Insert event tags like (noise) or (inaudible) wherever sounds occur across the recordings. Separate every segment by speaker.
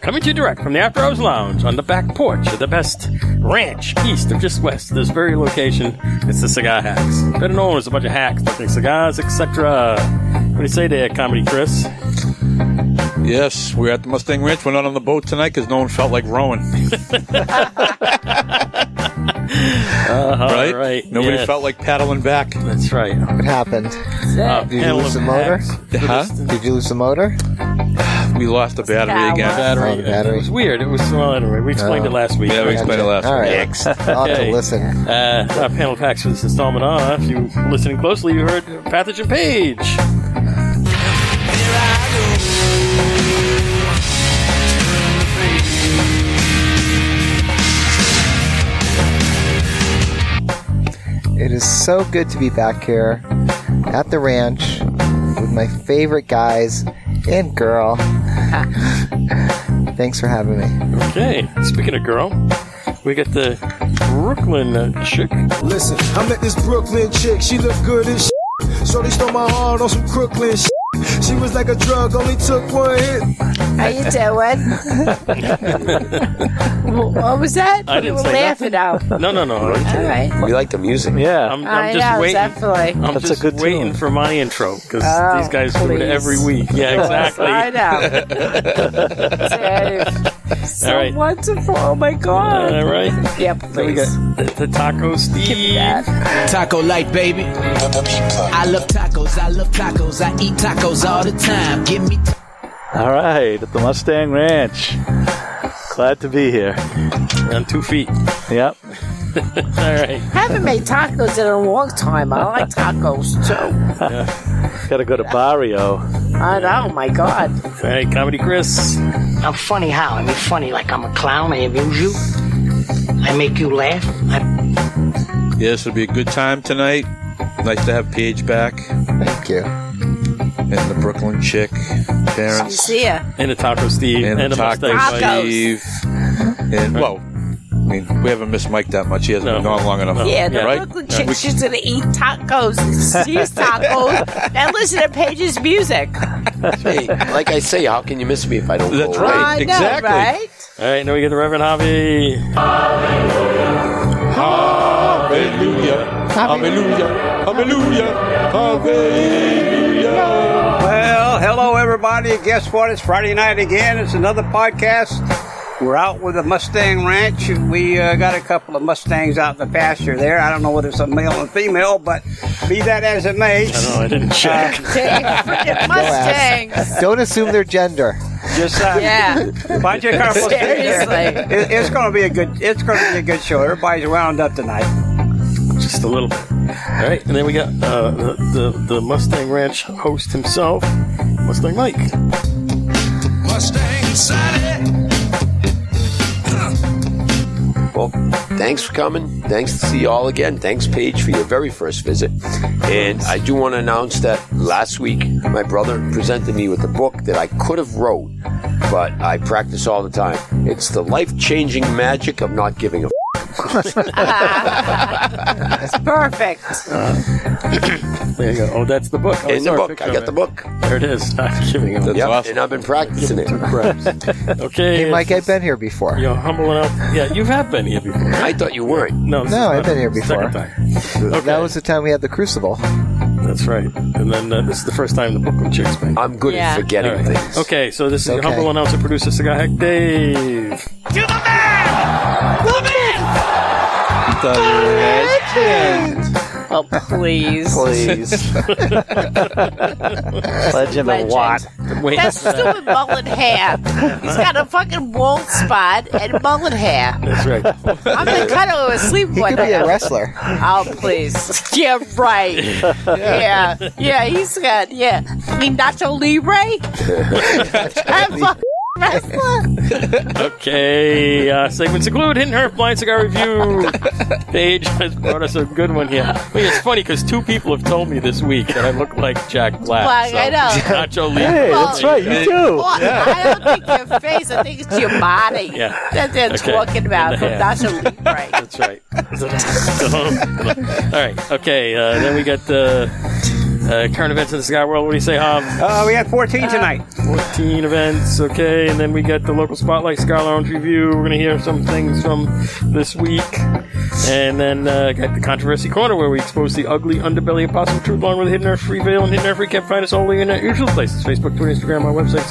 Speaker 1: Coming to you direct from the After Hours Lounge on the back porch of the best ranch east or just west of this very location. It's the Cigar Hacks. Better known as a bunch of hacks, fucking cigars, etc. What do you say there, Comedy Chris?
Speaker 2: Yes, we're at the Mustang Ranch. We're not on the boat tonight because no one felt like rowing. Uh, right?
Speaker 1: right,
Speaker 2: Nobody
Speaker 1: yes.
Speaker 2: felt like paddling back.
Speaker 1: That's right.
Speaker 3: What happened?
Speaker 1: Uh,
Speaker 3: Did you
Speaker 1: panel
Speaker 3: lose
Speaker 1: of
Speaker 3: the motor?
Speaker 1: hacks.
Speaker 2: Huh?
Speaker 3: Did you lose the motor?
Speaker 2: We lost the battery
Speaker 4: Power.
Speaker 2: again.
Speaker 3: Oh, the
Speaker 1: It
Speaker 3: battery.
Speaker 1: was weird. It was, well, anyway, we explained
Speaker 3: Oh.
Speaker 1: it last week.
Speaker 2: Yeah, we explained it last
Speaker 3: All
Speaker 2: week.
Speaker 3: right. (laughs) I'll have
Speaker 1: Okay.
Speaker 3: to listen.
Speaker 1: Uh, our panel of hacks for this installment are, if you listening closely, you heard Pathogen Page.
Speaker 3: It is so good to be back here at the ranch with my favorite guys
Speaker 1: (laughs)
Speaker 3: and girl. Thanks for having me.
Speaker 1: Okay, speaking of girl, we got the Brooklyn uh, chick.
Speaker 5: Listen, I met this Brooklyn chick, she looked good as shit. Shorty stole my heart on some Crooklyn shit. She was like a drug, only took one hit.
Speaker 4: How you
Speaker 1: (laughs)
Speaker 4: doing? what was that?
Speaker 1: I didn't
Speaker 4: you
Speaker 1: say
Speaker 4: were laughing out.
Speaker 1: No, no, no. I'm,
Speaker 4: All right.
Speaker 6: We like the music.
Speaker 7: Yeah.
Speaker 1: I'm
Speaker 4: I
Speaker 1: just
Speaker 4: know,
Speaker 1: waiting.
Speaker 4: definitely.
Speaker 1: I'm
Speaker 7: That's
Speaker 1: just
Speaker 7: a good
Speaker 1: waiting
Speaker 7: tune.
Speaker 1: for my intro because
Speaker 4: Oh,
Speaker 1: these guys do it
Speaker 4: please.
Speaker 1: every week. Yeah,
Speaker 4: I
Speaker 1: exactly.
Speaker 4: know.
Speaker 1: (laughs)
Speaker 4: Dave, so
Speaker 1: All right.
Speaker 4: wonderful. Oh my God.
Speaker 1: All right.
Speaker 4: Yeah,
Speaker 1: We
Speaker 4: please.
Speaker 1: got the, the Taco Steve.
Speaker 4: That.
Speaker 8: Taco light, baby. I love tacos. I love tacos. I eat tacos all the time. Give me.
Speaker 7: All right, at the Mustang Ranch. Glad to be here.
Speaker 1: On two feet.
Speaker 7: Yep.
Speaker 1: (laughs) All right.
Speaker 4: Haven't made tacos in a long time. I like tacos too.
Speaker 7: Got to go to Barrio.
Speaker 4: I know. My God.
Speaker 1: All right, Comedy Chris.
Speaker 9: I'm funny how? I mean, funny like I'm a clown. I amuse you. I make you laugh. I,
Speaker 2: Yes, it'll be a good time tonight. Nice to have Paige back and
Speaker 3: Thank you.
Speaker 2: the Brooklyn chick,
Speaker 4: You
Speaker 2: parents,
Speaker 4: see ya.
Speaker 1: And the Taco Steve.
Speaker 2: and, the
Speaker 1: the Mustang
Speaker 2: Taco
Speaker 1: Mike.
Speaker 4: Tacos.
Speaker 2: Steve. And, well, I mean, we haven't missed Mike that much. He hasn't
Speaker 1: No.
Speaker 2: been gone long enough.
Speaker 4: Yeah, the
Speaker 2: right?
Speaker 4: Brooklyn
Speaker 2: Yeah,
Speaker 4: chick,
Speaker 2: we-
Speaker 4: she's gonna
Speaker 1: (laughs)
Speaker 4: eat tacos, sees tacos, and listen to Paige's music.
Speaker 6: Hey, like I say, how can you miss me if I don't
Speaker 2: That's
Speaker 6: go away?
Speaker 2: right.
Speaker 4: Oh, I
Speaker 2: exactly.
Speaker 4: know, right?
Speaker 1: All right, now we get the Reverend Javi.
Speaker 2: Hallelujah. Hallelujah. Hallelujah. Hallelujah.
Speaker 10: Well, hello everybody. Guess what? It's Friday night again. It's another podcast. We're out with the Mustang Ranch. We uh, got a couple of Mustangs out in the pasture there. I don't know whether it's a male and female, but be that as it may,
Speaker 1: I
Speaker 10: uh,
Speaker 1: don't know, Oh, I didn't check.
Speaker 4: Dang, freaking Mustangs.
Speaker 3: Don't assume their gender.
Speaker 10: (laughs) just uh,
Speaker 4: Yeah,
Speaker 10: find your car.
Speaker 4: seriously.
Speaker 10: It, it's going to be a good. It's going to be a good show. Everybody's wound up tonight.
Speaker 1: just a little bit. All right, and then we got uh, the, the the Mustang Ranch host himself, Mustang Mike.
Speaker 6: Well, thanks for coming. Thanks to see you all again. Thanks, Paige, for your very first visit. And I do want to announce that last week my brother presented me with a book that I could have wrote, but I practice all the time. It's the life-changing magic of not giving a. F-
Speaker 4: It's perfect.
Speaker 1: There you go. Oh, that's the book. Oh, I
Speaker 6: in
Speaker 1: saw
Speaker 6: the
Speaker 1: a
Speaker 6: book,
Speaker 1: picture
Speaker 6: I
Speaker 1: of
Speaker 6: got
Speaker 1: it.
Speaker 6: the book.
Speaker 1: There it is. (laughs) Not giving him.
Speaker 6: Yep,
Speaker 2: awesome.
Speaker 6: and I've been practicing it.
Speaker 1: Okay,
Speaker 3: Hey, Mike, I've been here before.
Speaker 1: You're humble enough. Yeah, you have been here before.
Speaker 6: I thought you weren't.
Speaker 1: No, this is
Speaker 3: No, I've
Speaker 1: not
Speaker 3: been here
Speaker 1: the second
Speaker 3: before.
Speaker 1: time.
Speaker 3: That was the time we had the
Speaker 1: Oh,
Speaker 3: crucible.
Speaker 1: That's right. And then uh, this is the first time the Brooklyn Chicks been.
Speaker 6: I'm good
Speaker 4: Yeah.
Speaker 6: at forgetting
Speaker 1: All right.
Speaker 6: things.
Speaker 1: Okay, so this is your
Speaker 3: Okay.
Speaker 1: humble announcer producer Cigar Hack Dave.
Speaker 4: Oh, please.
Speaker 7: Please. Legend of
Speaker 4: Legend.
Speaker 7: Watt.
Speaker 1: Wait,
Speaker 4: That stupid mullet hair. He's got a fucking bald spot and mullet hair.
Speaker 1: (laughs) that's right.
Speaker 4: I'm gonna cut him asleep
Speaker 3: He
Speaker 4: one
Speaker 3: could be a
Speaker 4: day.
Speaker 3: wrestler.
Speaker 1: (laughs)
Speaker 4: Oh, please. Yeah, right. Yeah. Yeah, he's got, yeah. Me Nacho Libre? That fucking wrestler?
Speaker 1: Okay, uh, segments include Hidden Earth Blind Cigar
Speaker 4: (laughs)
Speaker 1: Review. Paige has brought us a good one here. I mean, it's funny because two people have told me this week that I look like Jack Black.
Speaker 4: Black, I know.
Speaker 1: (laughs) Nacho Libre.
Speaker 7: Hey,
Speaker 4: Well-
Speaker 7: that's right. You do.
Speaker 4: Well, Oh, I don't think your face, I think it's your body
Speaker 1: Yeah.
Speaker 4: that they're
Speaker 1: Okay.
Speaker 4: talking about from
Speaker 1: Yeah.
Speaker 4: Nacho Libre.
Speaker 1: That's right. So- all right. Okay. Uh, then we got the Uh, current events in the Cigar World. What do you say, Hobbs?
Speaker 10: Uh, we had 14 tonight.
Speaker 1: 14 events, okay. And then we got the local Spotlight Cigar Lounge review. We're going to hear some things from this week. And then uh, got the Controversy Corner, where we expose the ugly underbelly of possible truth along with Hidden Earth Free Veil and Hidden Earth Free Can't Find Us only in our usual places Facebook, Twitter, Instagram, our website,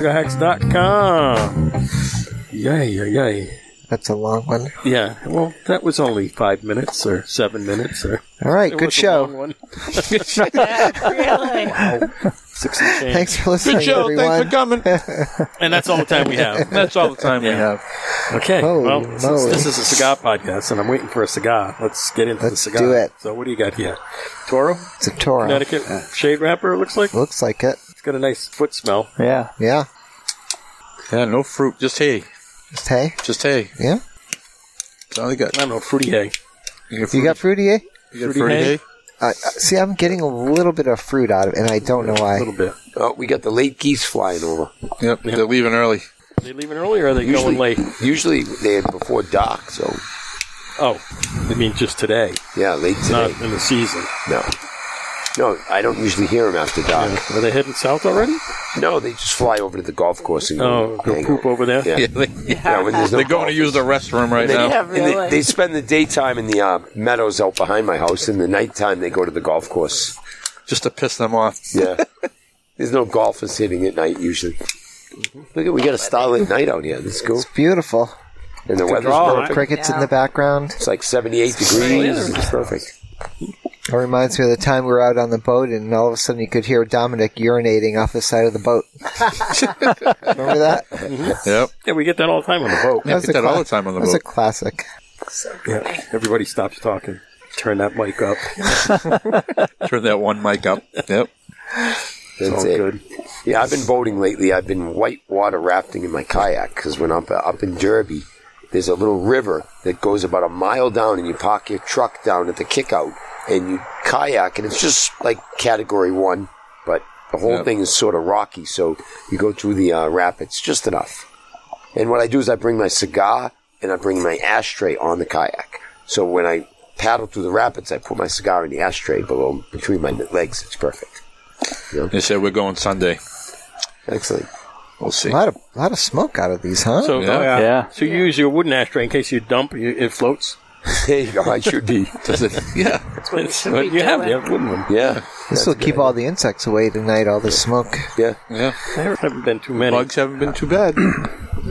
Speaker 1: cigarhacks.com. Yay, yay, yay.
Speaker 3: That's a long one.
Speaker 1: Yeah, well, that was only five minutes or seven minutes or.
Speaker 3: All right,
Speaker 1: It
Speaker 3: good
Speaker 1: was a
Speaker 3: show.
Speaker 1: long one. Good show. Wow. Six and change.
Speaker 3: Thanks for listening, everyone. coming.
Speaker 1: And that's all the time we have.
Speaker 3: (laughs)
Speaker 2: That's all the time we have.
Speaker 1: Okay.
Speaker 3: Holy
Speaker 1: well, since
Speaker 3: moly.
Speaker 1: this is a cigar podcast, and I'm waiting for a cigar, let's get into
Speaker 3: Let's
Speaker 1: the cigar.
Speaker 3: do it.
Speaker 1: So, what do you got here? Toro,
Speaker 3: It's a Toro.
Speaker 1: Connecticut shade wrapper. It looks like
Speaker 3: Looks like it.
Speaker 1: it's got a nice foot smell.
Speaker 7: Yeah.
Speaker 3: Yeah.
Speaker 2: Yeah, no fruit, just hay.
Speaker 3: Just hay.
Speaker 2: Just hay.
Speaker 3: Yeah.
Speaker 2: That's all they got.
Speaker 1: I don't know, fruity hay.
Speaker 2: You got
Speaker 3: You
Speaker 2: fruity,
Speaker 3: got fruity, eh?
Speaker 2: you got
Speaker 1: fruity
Speaker 2: fruity
Speaker 1: hay?
Speaker 2: hay?
Speaker 3: Uh, uh, see, I'm getting a little bit of fruit out of it, and I don't know
Speaker 1: A
Speaker 3: why.
Speaker 1: little bit.
Speaker 6: Oh, we got the late geese flying over.
Speaker 2: Yep, they're leaving early. (laughs)
Speaker 1: Are they leaving early or are they going late?
Speaker 6: usually they had before dark, so
Speaker 1: Oh, I mean, just today,
Speaker 6: yeah, late today.
Speaker 1: not in the season.
Speaker 6: No, no, I don't usually hear them after dark.
Speaker 1: Are they heading south already?
Speaker 6: No, they just fly over to the golf course and
Speaker 1: Oh, go
Speaker 6: hang
Speaker 1: poop
Speaker 6: out.
Speaker 1: over there.
Speaker 6: Yeah,
Speaker 2: Yeah, they,
Speaker 6: Yeah, when there's no
Speaker 2: they're going to use the restroom right now.
Speaker 4: Yeah,
Speaker 6: And they,
Speaker 4: really.
Speaker 6: they spend the daytime in the uh, meadows out behind my house, and the nighttime they go to the golf course.
Speaker 2: Just to piss them off.
Speaker 1: (laughs)
Speaker 6: Yeah, there's no golfers hitting at night usually. Look at we got a starlit night out here. That's cool,
Speaker 3: It's beautiful.
Speaker 6: and the weather's
Speaker 10: draw,
Speaker 6: perfect.
Speaker 3: Crickets in the background.
Speaker 6: It's like 78 degrees. It's perfect.
Speaker 3: It reminds me of the time we were out on the boat, and all of a sudden you could hear Dominic urinating off the side of the boat. Remember that?
Speaker 2: Yep.
Speaker 1: Yeah, we get that all the time on the boat.
Speaker 3: That was
Speaker 2: get
Speaker 3: a
Speaker 2: that all
Speaker 3: cla-
Speaker 2: the time on the
Speaker 3: that was
Speaker 2: boat.
Speaker 3: a classic.
Speaker 1: Yeah, everybody stops talking. Turn that mic up.
Speaker 2: Turn that one mic up. Yep.
Speaker 6: That's
Speaker 1: All
Speaker 6: it.
Speaker 1: good.
Speaker 6: Yeah, I've been boating lately. I've been whitewater rafting in my kayak because when I'm uh, up in Derby, there's a little river that goes about a mile down, and you park your truck down at the kickout, and you kayak, and it's just like Category One, but the whole
Speaker 2: Yep.
Speaker 6: thing is sort of rocky, so you go through the uh, rapids just enough. And what I do is I bring my cigar and I bring my ashtray on the kayak. So when I paddle through the rapids, I put my cigar in the ashtray below between my legs. It's perfect.
Speaker 2: They said we're going Sunday.
Speaker 6: Excellent.
Speaker 2: We'll see.
Speaker 3: A lot of lot of smoke out of these, huh?
Speaker 1: So,
Speaker 2: Yeah.
Speaker 10: Yeah.
Speaker 7: Yeah.
Speaker 1: Oh, so you use your wooden ashtray in case you dump, you, it floats.
Speaker 6: There you go. I should
Speaker 1: (laughs)
Speaker 6: be.
Speaker 2: Does it- (laughs) yeah.
Speaker 1: That's what it should you have, you have wooden one.
Speaker 6: Yeah.
Speaker 3: this will keep all the insects away tonight. All the smoke.
Speaker 6: Yeah.
Speaker 2: Yeah.
Speaker 1: There haven't been too many.
Speaker 2: Bugs haven't been too bad.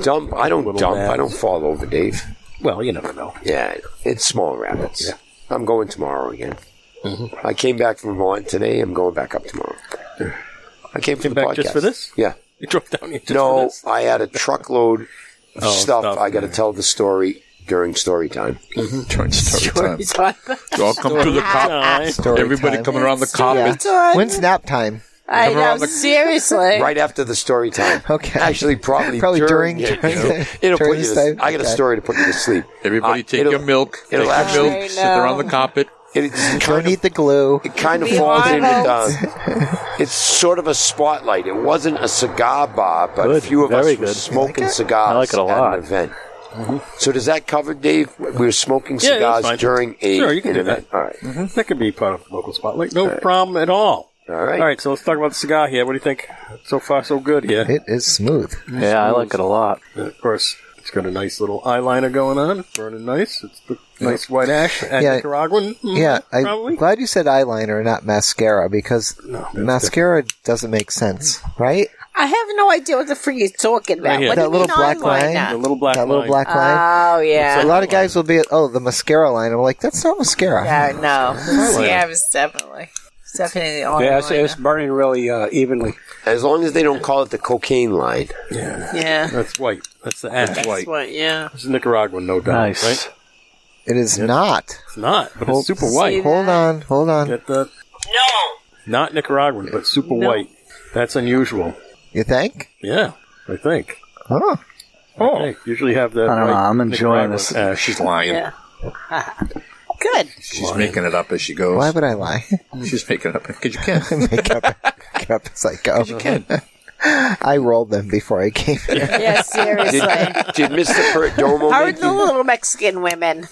Speaker 6: Dump. I don't dump.
Speaker 1: rabbits.
Speaker 6: I don't fall over, Dave.
Speaker 1: Well, you never know. (laughs)
Speaker 6: Yeah. I know. It's small rabbits. I'm going tomorrow again.
Speaker 1: Mm-hmm.
Speaker 6: I came back from Vermont today. I'm going back up tomorrow. I came, from the
Speaker 1: back
Speaker 6: podcast.
Speaker 1: just for this?
Speaker 6: Yeah.
Speaker 1: You drove down here just for
Speaker 6: no,
Speaker 1: this?
Speaker 6: I had
Speaker 1: (laughs)
Speaker 6: a truckload of
Speaker 1: Oh,
Speaker 6: stuff.
Speaker 1: stuff,
Speaker 6: I got to tell the story during story time.
Speaker 2: Turn story time.
Speaker 4: Sorry.
Speaker 2: You all come through the cop.
Speaker 1: Alright.
Speaker 3: Story
Speaker 2: Everybody
Speaker 3: time.
Speaker 2: coming around the cop.
Speaker 3: Yeah.
Speaker 4: Sorry.
Speaker 3: When's nap time?
Speaker 4: I
Speaker 2: Cover all
Speaker 4: know,
Speaker 2: the-
Speaker 4: seriously.
Speaker 6: (laughs) Right after the
Speaker 1: (laughs)
Speaker 6: story time.
Speaker 3: Okay.
Speaker 6: Actually, probably
Speaker 3: Probably
Speaker 6: during.
Speaker 3: during.
Speaker 6: it,
Speaker 3: during,
Speaker 6: you know. It'll
Speaker 3: during
Speaker 6: put you
Speaker 3: this
Speaker 6: to,
Speaker 3: time.
Speaker 6: I got a
Speaker 3: Okay.
Speaker 6: story to put you to sleep.
Speaker 2: Everybody
Speaker 6: Uh,
Speaker 2: take
Speaker 6: it'll-
Speaker 2: your milk. Take
Speaker 6: it'll
Speaker 2: your
Speaker 6: actually-
Speaker 2: milk. Sit around the carpet.
Speaker 6: It's
Speaker 3: Don't eat the glue.
Speaker 6: it kind of
Speaker 4: Be
Speaker 6: falls in with
Speaker 4: honest.
Speaker 6: uh, it's sort of a spotlight. It wasn't a cigar bar, but a
Speaker 7: Good.
Speaker 6: few of
Speaker 7: Very
Speaker 6: us were
Speaker 7: good.
Speaker 6: smoking
Speaker 3: I like it.
Speaker 6: cigars
Speaker 7: I like it a
Speaker 6: at
Speaker 7: lot. Mm-hmm.
Speaker 6: an event. So does that cover, Dave? We were smoking
Speaker 1: Yeah, that's
Speaker 6: cigars
Speaker 1: fine.
Speaker 6: during a
Speaker 1: Sure, you can
Speaker 6: an
Speaker 1: do
Speaker 6: event. All right.
Speaker 1: That could be part of the local spotlight. No problem at all.
Speaker 6: All right.
Speaker 1: All right, so let's talk about the cigar here. What do you think? So far, so good here.
Speaker 3: It is smooth.
Speaker 7: Yeah, I like it a lot.
Speaker 1: And of course, it's got a nice little eyeliner going on. It's burning nice. It's the nice white ash and
Speaker 3: Yeah.
Speaker 1: Nicaraguan. mm,
Speaker 3: Yeah, I'm
Speaker 1: probably.
Speaker 3: glad you said eyeliner, not mascara, because mascara doesn't make sense, right?
Speaker 4: I have no idea what the freak you're talking about.
Speaker 1: Right here.
Speaker 4: what
Speaker 1: That
Speaker 4: do you
Speaker 3: little
Speaker 4: mean
Speaker 3: black
Speaker 4: eyeliner?
Speaker 1: the
Speaker 3: line.
Speaker 1: little black
Speaker 3: that little
Speaker 1: line.
Speaker 3: black line.
Speaker 4: Oh,
Speaker 3: a
Speaker 4: yeah.
Speaker 3: lot of guys will be, oh, the mascara line. I'm like, that's not mascara.
Speaker 4: Yeah, no. yeah, it was definitely. it's Definitely on
Speaker 10: Yeah, it's, it's burning really uh, evenly.
Speaker 6: As long as they don't call it the cocaine line.
Speaker 4: yeah.
Speaker 1: That's white. That's the ash. That's
Speaker 4: That's what, yeah.
Speaker 1: It's Nicaraguan, no doubt.
Speaker 7: Nice.
Speaker 1: Right?
Speaker 3: It is not.
Speaker 1: It's not, but it's super
Speaker 4: See
Speaker 1: white.
Speaker 4: that?
Speaker 3: Hold on, hold on.
Speaker 1: Get that? No. Not Nicaraguan, but super white. That's unusual.
Speaker 3: You think?
Speaker 1: Yeah, I think.
Speaker 3: Huh.
Speaker 1: Oh, usually have that.
Speaker 7: I don't know.
Speaker 1: white
Speaker 7: I'm enjoying
Speaker 1: Nicaraguan
Speaker 7: this.
Speaker 1: ash.
Speaker 2: She's lying.
Speaker 4: Yeah. Good.
Speaker 2: She's making it up as she goes.
Speaker 3: Why would I lie? (laughs)
Speaker 2: She's making (laughs) it up because you can.
Speaker 3: Make up, make up as I go. You
Speaker 2: can.
Speaker 3: (laughs) I rolled them before I came here.
Speaker 4: Yeah, seriously.
Speaker 6: Did Mr. Perdomo
Speaker 4: How are
Speaker 6: make
Speaker 4: the
Speaker 6: you?
Speaker 4: little Mexican women?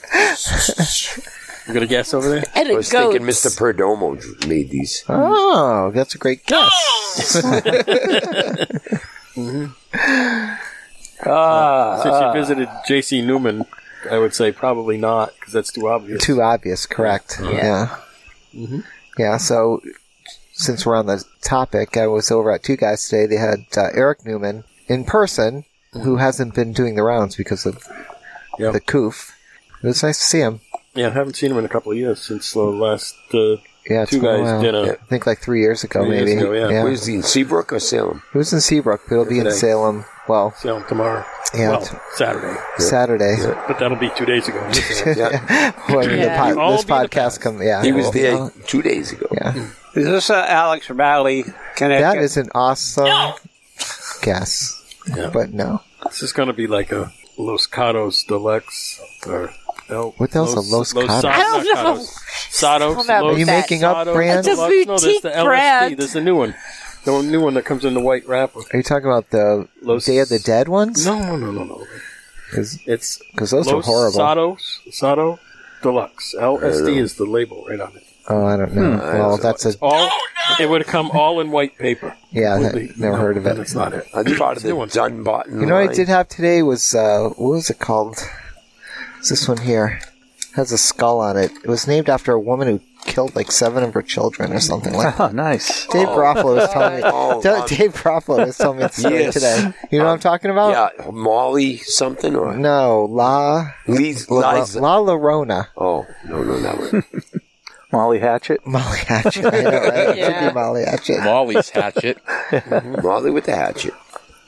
Speaker 1: You got a guess over there?
Speaker 4: And
Speaker 6: I
Speaker 4: it
Speaker 6: was
Speaker 4: goes.
Speaker 6: thinking Mr. Perdomo dr- made these.
Speaker 3: Oh, that's a great guess.
Speaker 1: Uh, Since
Speaker 3: Ah.
Speaker 1: you visited J.C. Newman, I would say probably not because that's too obvious.
Speaker 3: Too obvious, correct? Yeah. Yeah.
Speaker 10: Mm-hmm.
Speaker 3: so, since we're on the topic, I was over at Two Guys today. They had uh, Eric Newman in person,
Speaker 10: Mm-hmm.
Speaker 3: who hasn't been doing the rounds because of
Speaker 1: Yep.
Speaker 3: the coof. It was nice to see him.
Speaker 1: Yeah, I haven't seen him in a couple of years since the last uh,
Speaker 3: Yeah, it's
Speaker 1: two
Speaker 3: been a
Speaker 1: guys
Speaker 3: while.
Speaker 1: dinner.
Speaker 3: I think like three years ago,
Speaker 1: Three years
Speaker 3: maybe.
Speaker 1: ago, yeah.
Speaker 6: Where's he in Seabrook or Salem?
Speaker 3: It was in Seabrook, but it'll be in
Speaker 1: Today.
Speaker 3: Salem. Well,
Speaker 1: See him tomorrow.
Speaker 3: Yeah.
Speaker 1: Well, Saturday.
Speaker 3: Saturday. (laughs)
Speaker 1: But that'll be two days ago.
Speaker 3: When the
Speaker 10: Yeah.
Speaker 3: pod-
Speaker 10: All
Speaker 3: this
Speaker 10: be the
Speaker 3: podcast comes, yeah.
Speaker 6: He was
Speaker 3: well,
Speaker 6: there two days ago.
Speaker 3: Yeah.
Speaker 10: Is this uh, Alex Riley?
Speaker 3: That
Speaker 10: Connecticut?
Speaker 3: is an awesome guess.
Speaker 1: Yeah.
Speaker 3: But no.
Speaker 1: this is going to be like a Los Cados Deluxe or. El,
Speaker 3: What the hell's a Los Cados?
Speaker 1: Sa-
Speaker 4: I don't
Speaker 1: not
Speaker 4: know.
Speaker 1: Cados. Sados,
Speaker 4: don't know
Speaker 1: Los
Speaker 4: Are you
Speaker 3: making up
Speaker 1: Sados
Speaker 3: brands?
Speaker 1: Deluxe.
Speaker 4: It's a
Speaker 1: No, there's the
Speaker 4: boutique
Speaker 1: LSD.
Speaker 4: brand.
Speaker 1: There's the new one. The one- new one that comes in the white wrapper.
Speaker 3: Are you talking about the
Speaker 1: Los-
Speaker 3: Day of the Dead ones?
Speaker 1: No, no, no, no, no.
Speaker 3: Because
Speaker 1: It's
Speaker 3: those were
Speaker 1: Los
Speaker 3: horrible.
Speaker 1: Sados, Sado Deluxe. LSD is the label right on it.
Speaker 3: oh, I don't know. well, that's a.
Speaker 1: All it would have come all in white paper.
Speaker 3: Yeah, that-
Speaker 1: Completely.
Speaker 3: (laughs) never heard of it.
Speaker 1: That's not it.
Speaker 6: I'm part of the Dunbarton
Speaker 3: You know what I
Speaker 6: line.
Speaker 3: did have today was. Uh, what was it called? It's this one here. has a skull on it. It was named after a woman who killed like seven of her children or something like
Speaker 7: (laughs) Oh, nice.
Speaker 3: Dave Garofalo was telling me.
Speaker 6: Oh,
Speaker 3: Da-
Speaker 6: um,
Speaker 3: Dave Garofalo was telling me the story
Speaker 6: Yes.
Speaker 3: today. You know what I'm talking about?
Speaker 6: Yeah, Molly something or
Speaker 3: No, La
Speaker 6: Lee's
Speaker 3: La,
Speaker 6: Liza.
Speaker 3: La Llorona.
Speaker 6: Oh no, no, that one.
Speaker 1: (laughs)
Speaker 7: Molly Hatchet.
Speaker 3: Molly Hatchet. I know, right? It should
Speaker 4: Yeah.
Speaker 3: be Molly Hatchet.
Speaker 2: Molly's hatchet.
Speaker 6: Molly with the hatchet.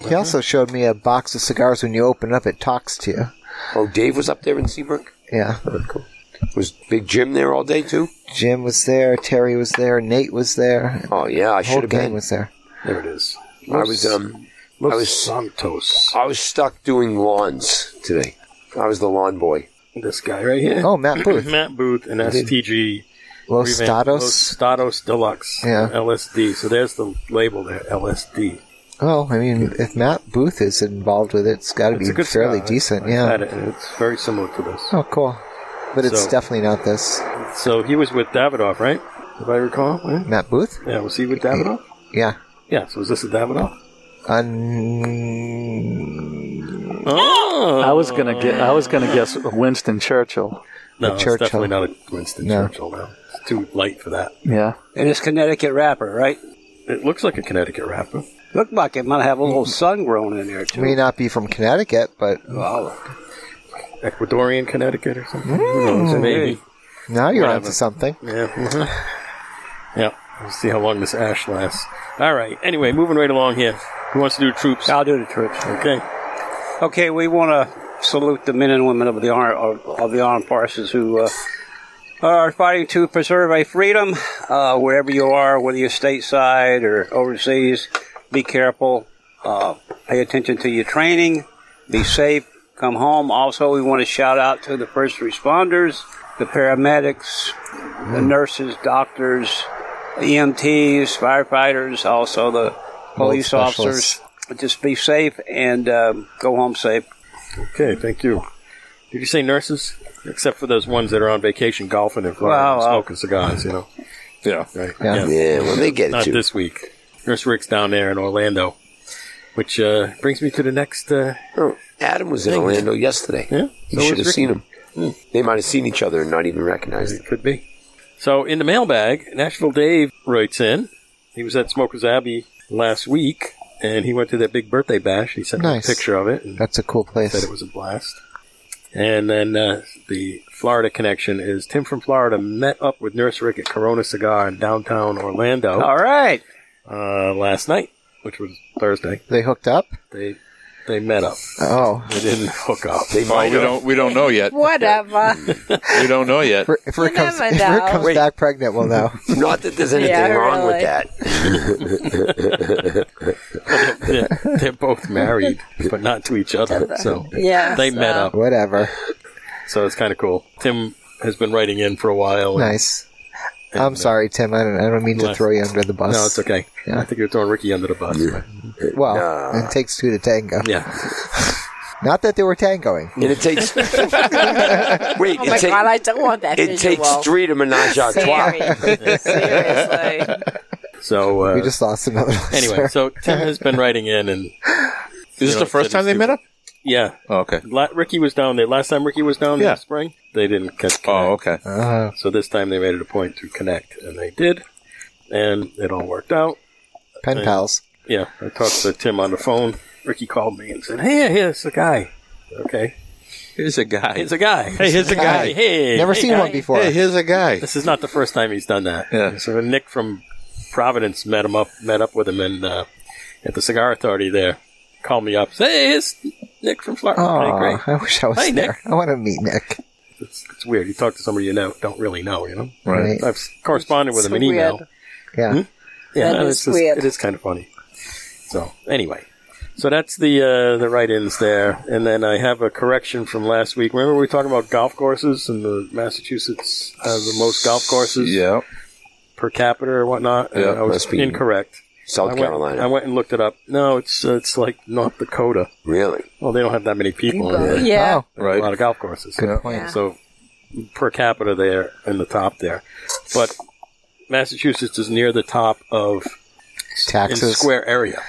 Speaker 3: He also showed me a box of cigars. When you open it up, it talks to you.
Speaker 6: Oh, Dave was up there in Seabrook.
Speaker 3: Yeah.
Speaker 6: Was Big Jim there all day too?
Speaker 3: Jim was there. Terry was there. Nate was there.
Speaker 6: Oh yeah, I
Speaker 3: The whole
Speaker 6: should have
Speaker 3: gang
Speaker 6: been.
Speaker 3: was there.
Speaker 1: There it is.
Speaker 6: I was um,
Speaker 1: Los
Speaker 6: I was-
Speaker 1: Santos.
Speaker 6: I was stuck doing lawns today. I was the lawn boy.
Speaker 1: This guy right here.
Speaker 3: Oh,
Speaker 1: (clears throat)
Speaker 3: Matt Booth.
Speaker 1: Matt Booth and STG.
Speaker 3: Los
Speaker 1: Revamp-
Speaker 3: Stados.
Speaker 1: Los Stados Deluxe.
Speaker 3: Yeah.
Speaker 1: LSD. So there's the label there, LSD.
Speaker 3: Oh, I mean, if Matt Booth is involved with it, it's got to be
Speaker 1: It's a good
Speaker 3: fairly
Speaker 1: cigar.
Speaker 3: decent.
Speaker 1: I've
Speaker 3: yeah.
Speaker 1: had it, and it's very similar to this.
Speaker 3: Oh, cool. But it's
Speaker 1: So-
Speaker 3: definitely not this.
Speaker 1: So he was with Davidoff, right? If I recall. right?
Speaker 3: Matt Booth?
Speaker 1: Yeah, was he with Davidoff?
Speaker 3: Yeah.
Speaker 1: Yeah, so is this a Davidoff?
Speaker 3: Un-
Speaker 1: Oh!
Speaker 7: I was gonna get. I was gonna guess Winston Churchill.
Speaker 1: No, it's
Speaker 3: Churchill.
Speaker 1: definitely not a Winston
Speaker 3: No.
Speaker 1: Churchill, no. It's too light for that.
Speaker 7: Yeah.
Speaker 10: And it's Connecticut rapper, right?
Speaker 1: It looks like a Connecticut rapper.
Speaker 10: Look like it might have a little sun grown in there too.
Speaker 3: may not be from Connecticut, but
Speaker 10: Wow.
Speaker 1: Ecuadorian Connecticut or something. Who knows? Maybe.
Speaker 3: now you're
Speaker 1: Whatever.
Speaker 3: onto something.
Speaker 1: Yeah. mhm. (laughs) yeah. We'll see how long this ash lasts. All right. Anyway, moving right along here. Who wants to do troops?
Speaker 10: I'll do the troops.
Speaker 1: Okay.
Speaker 10: Okay, we want to salute the men and women of the armed of, of the armed forces who uh, are fighting to preserve our freedom uh, wherever you are, whether you're stateside or overseas. Be careful. Uh, pay attention to your training. Be safe. Come home. Also, we want to shout out to the first responders, the paramedics, the nurses, doctors, EMTs, firefighters, also the police
Speaker 3: specialists.
Speaker 10: officers. Just be safe and um, go home safe.
Speaker 1: Okay. Thank you. Did you say nurses? Except for those ones that are on vacation golfing in Florida
Speaker 10: Wow,
Speaker 1: and
Speaker 10: wow.
Speaker 1: smoking cigars, you know.
Speaker 2: Yeah.
Speaker 1: Right.
Speaker 3: Yeah.
Speaker 6: Yeah, well they get it
Speaker 1: Not
Speaker 6: too.
Speaker 1: this week. Nurse Rick's down there in Orlando. Which uh, brings me to the next. Uh,
Speaker 6: Oh, Adam was in Orlando yesterday.
Speaker 1: Yeah,
Speaker 6: you
Speaker 1: so
Speaker 6: should
Speaker 1: was
Speaker 6: have
Speaker 1: Ricky.
Speaker 6: seen him. They might have seen each other and not even recognized.
Speaker 1: It could be. So in the mailbag, Nashville Dave writes in. He was at Smokers Abbey last week, and he went to that big birthday bash. He sent
Speaker 3: Nice.
Speaker 1: me a picture of it and
Speaker 3: That's a cool place.
Speaker 1: said it was a blast. And then uh, the Florida connection is Tim from Florida met up with Nurse Rick at Corona Cigar in downtown Orlando
Speaker 10: All right.
Speaker 1: uh, last night, which was Thursday.
Speaker 3: They hooked up?
Speaker 1: They they met up.
Speaker 3: Oh.
Speaker 1: They didn't hook up.
Speaker 6: They
Speaker 2: Well,
Speaker 6: might
Speaker 2: Oh, we
Speaker 6: have.
Speaker 2: don't. We don't know yet.
Speaker 4: Whatever.
Speaker 2: We don't know yet.
Speaker 3: If Rick- If Rick
Speaker 4: You
Speaker 3: comes,
Speaker 4: never
Speaker 3: if Rick
Speaker 4: know.
Speaker 3: comes
Speaker 6: Wait.
Speaker 3: back pregnant,
Speaker 1: (laughs)
Speaker 3: we'll know.
Speaker 6: Not that there's anything
Speaker 4: Yeah,
Speaker 6: wrong with
Speaker 4: really.
Speaker 6: that.
Speaker 1: they're, (laughs) they're both married, but not to each other.
Speaker 6: (laughs)
Speaker 1: So
Speaker 4: Yeah,
Speaker 1: they met
Speaker 4: so-
Speaker 1: up.
Speaker 3: Whatever.
Speaker 1: So it's kind of cool. Tim has been writing in for a while. and-
Speaker 3: Nice. I'm sorry, Tim. I don't, I don't mean to
Speaker 1: Nice.
Speaker 3: throw you under the bus.
Speaker 1: No, it's okay. I think you're throwing Ricky under the bus. but-
Speaker 3: Well, it takes two to tango.
Speaker 1: Yeah.
Speaker 3: Not that they were tangoing.
Speaker 6: And
Speaker 4: (laughs)
Speaker 6: it takes. wait,
Speaker 4: oh
Speaker 6: it
Speaker 4: my
Speaker 6: takes.
Speaker 4: god, I don't want that.
Speaker 6: It
Speaker 4: visual.
Speaker 6: takes three to menage a
Speaker 4: Seriously.
Speaker 6: trois.
Speaker 4: (laughs) Seriously.
Speaker 1: So uh,
Speaker 3: we just (laughs) lost another.
Speaker 1: Anyway,
Speaker 3: listener.
Speaker 1: so Tim has been writing in, and
Speaker 2: Is this the first time they met up?
Speaker 1: Yeah.
Speaker 2: Oh, okay.
Speaker 1: La- Ricky was down there last time. Ricky was down in
Speaker 2: Yeah.
Speaker 1: the spring. They didn't catch.
Speaker 2: Oh, okay.
Speaker 1: So this time they made it a point to connect, and they did, and it all worked out. Uh,
Speaker 3: pen pals.
Speaker 1: Yeah, I talked to Tim on the phone. Ricky called me and said, "Hey, here's a guy." Okay,
Speaker 2: Here's a guy.
Speaker 1: here's a guy.
Speaker 2: Hey, here's a guy.
Speaker 1: Hey,
Speaker 3: Never
Speaker 1: hey,
Speaker 3: seen
Speaker 1: guy.
Speaker 3: one before.
Speaker 2: (laughs) Hey, here's a guy.
Speaker 1: This is not the first time he's done that.
Speaker 2: Yeah.
Speaker 1: So when Nick from Providence met him up, met up with him, and uh, at the cigar authority there, called me up. Said, hey, it's Nick from Florida.
Speaker 3: Aw,
Speaker 1: Hey, great.
Speaker 3: I wish I was
Speaker 1: Hey,
Speaker 3: there.
Speaker 1: Nick.
Speaker 3: I want to meet Nick.
Speaker 1: It's, it's weird. You talk to somebody you know don't really know. You know.
Speaker 3: Right.
Speaker 1: I've Hmm? corresponded with
Speaker 4: So
Speaker 1: him in email.
Speaker 4: weird.
Speaker 3: Yeah. Oh,
Speaker 1: Yeah,
Speaker 4: That
Speaker 1: it's
Speaker 4: is
Speaker 1: just-
Speaker 4: weird.
Speaker 1: It is kind of funny. So anyway, so that's the uh, the write-ins there, and then I have a correction from last week. Remember we were talking about golf courses and the Massachusetts has the most golf courses
Speaker 2: Yeah.
Speaker 1: per capita or whatnot. and
Speaker 2: Yeah,
Speaker 1: I was
Speaker 6: must be
Speaker 1: incorrect. I
Speaker 6: South
Speaker 1: went,
Speaker 6: Carolina.
Speaker 1: I went and looked it up. No, it's uh, it's like North Dakota.
Speaker 6: really?
Speaker 1: Well, they don't have that many people. in there.
Speaker 4: Yeah.
Speaker 3: Oh,
Speaker 1: There's A lot
Speaker 2: Right.
Speaker 1: of golf courses.
Speaker 3: good point.
Speaker 1: So per capita, they're in the top there, but Massachusetts is near the top of in
Speaker 3: Taxes.
Speaker 1: square area.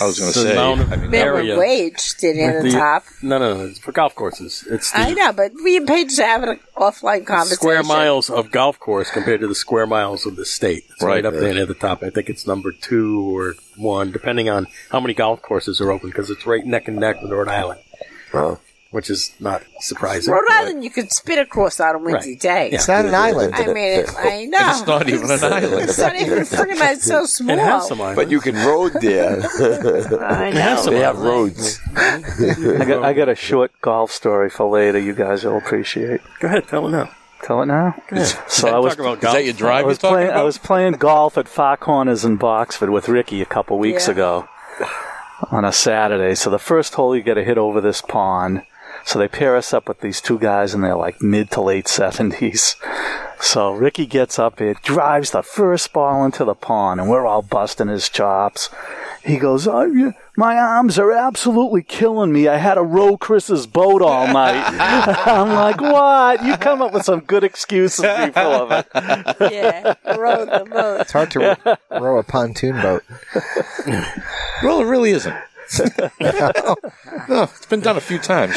Speaker 2: I was going to
Speaker 1: the
Speaker 2: say.
Speaker 1: amount of area.
Speaker 4: Minimum wage did in the,
Speaker 1: The-
Speaker 4: top.
Speaker 1: No, no, no. It's for golf courses. It's the (laughs)
Speaker 4: I know, but we and Paige have an offline conversation.
Speaker 1: square miles of golf course compared to the square miles of the state. It's right,
Speaker 2: Right,
Speaker 1: up there
Speaker 2: right.
Speaker 1: near the top. I think it's number two or one, depending on how many golf courses are open, because it's right neck and neck with Rhode Island,
Speaker 6: Wow.
Speaker 1: which is not surprising.
Speaker 4: Rhode Island, you could spit across on a windy
Speaker 1: Right.
Speaker 4: day.
Speaker 1: Yeah.
Speaker 3: It's not an island.
Speaker 4: I mean, it, I know.
Speaker 2: It's not even an island.
Speaker 4: It's not even freaking much so
Speaker 1: It
Speaker 4: small.
Speaker 1: has some islands.
Speaker 6: But you can road
Speaker 1: (laughs)
Speaker 6: there.
Speaker 4: I
Speaker 1: it has
Speaker 4: know.
Speaker 1: some
Speaker 6: they have
Speaker 1: islands.
Speaker 6: roads.
Speaker 10: I got, I got a short golf story for later. You guys will appreciate.
Speaker 1: Go ahead, tell them now.
Speaker 10: Tell it now. (laughs) So I
Speaker 1: Talk
Speaker 10: was
Speaker 1: about
Speaker 2: Is
Speaker 1: golf.
Speaker 2: that your
Speaker 10: I
Speaker 2: drive?
Speaker 10: was
Speaker 2: you're talking
Speaker 10: playing. I
Speaker 2: about?
Speaker 10: was playing golf at Far Corners in Boxford with Ricky a couple weeks
Speaker 4: Yeah.
Speaker 10: ago on a Saturday. So the first hole, you got to hit over this pond. So they pair us up with these two guys, and they're like mid to late seventies. So Ricky gets up, it drives the first ball into the pond, and we're all busting his chops. He goes, oh, yeah, "My arms are absolutely killing me. I had to row Chris's boat all night." (laughs) I'm like, "What? You come up with some good excuses, you full of it."
Speaker 4: Yeah, road the boat.
Speaker 3: It's hard to ro- row a pontoon boat.
Speaker 2: Well, it really isn't. (laughs) no, it's been done a few times.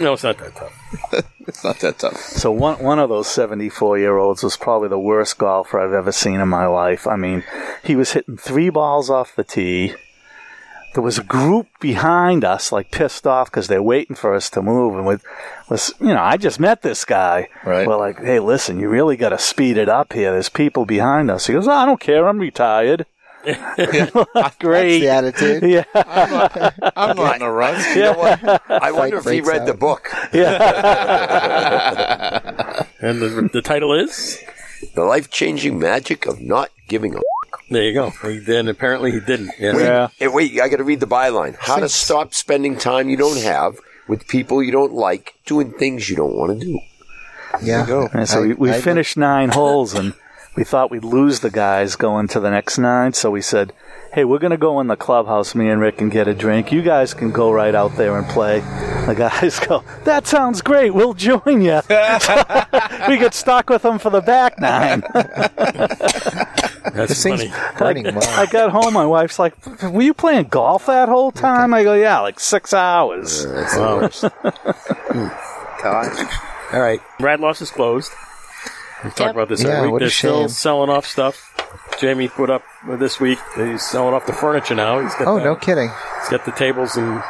Speaker 1: No, it's not that tough.
Speaker 2: It's not that tough.
Speaker 10: So one one of those seventy four year olds was probably the worst golfer I've ever seen in my life. I mean, he was hitting three balls off the tee. There was a group behind us, like pissed off because they're waiting for us to move. And with was you know, I just met this guy.
Speaker 2: Right.
Speaker 10: We're like, hey, listen, you really got to speed it up here. There's people behind us. He goes, I don't care. I'm retired. (laughs) Great.
Speaker 3: The attitude.
Speaker 10: Yeah.
Speaker 2: I'm not in a rush.
Speaker 6: You know what? I wonder if he
Speaker 3: breaks
Speaker 6: read
Speaker 3: out.
Speaker 6: the book.
Speaker 1: And the, the title is?
Speaker 6: The life changing magic of not giving a.
Speaker 1: There you go. He then apparently he didn't. Yeah.
Speaker 10: Yeah.
Speaker 6: Hey, wait, I got to read the byline. How to stop spending time you don't have with people you don't like doing things you don't want to do.
Speaker 3: Yeah.
Speaker 10: And so
Speaker 3: I-
Speaker 10: we, we
Speaker 3: I-
Speaker 10: finished nine holes, and we thought we'd lose the guys going to the next nine. So we said, "Hey, we're going to go in the clubhouse, me and Rick, and get a drink. You guys can go right out there and play." The guys (laughs) go, "That sounds great. We'll join you." (laughs) we get stuck with them for the back nine.
Speaker 1: That's
Speaker 3: This thing's
Speaker 1: funny.
Speaker 3: burning well.
Speaker 10: I got home, my wife's like, "Were you playing golf that whole time?" I go, "Yeah, like six hours."
Speaker 1: Wow. All right. Radloff's is closed. We talked about this
Speaker 3: Yeah,
Speaker 1: every week.
Speaker 3: what a
Speaker 1: They're still
Speaker 3: shame.
Speaker 1: selling off stuff. Jamie put up uh, this week. He's selling off the furniture now. He's got
Speaker 3: Oh,
Speaker 1: the,
Speaker 3: no kidding.
Speaker 1: He's got the tables and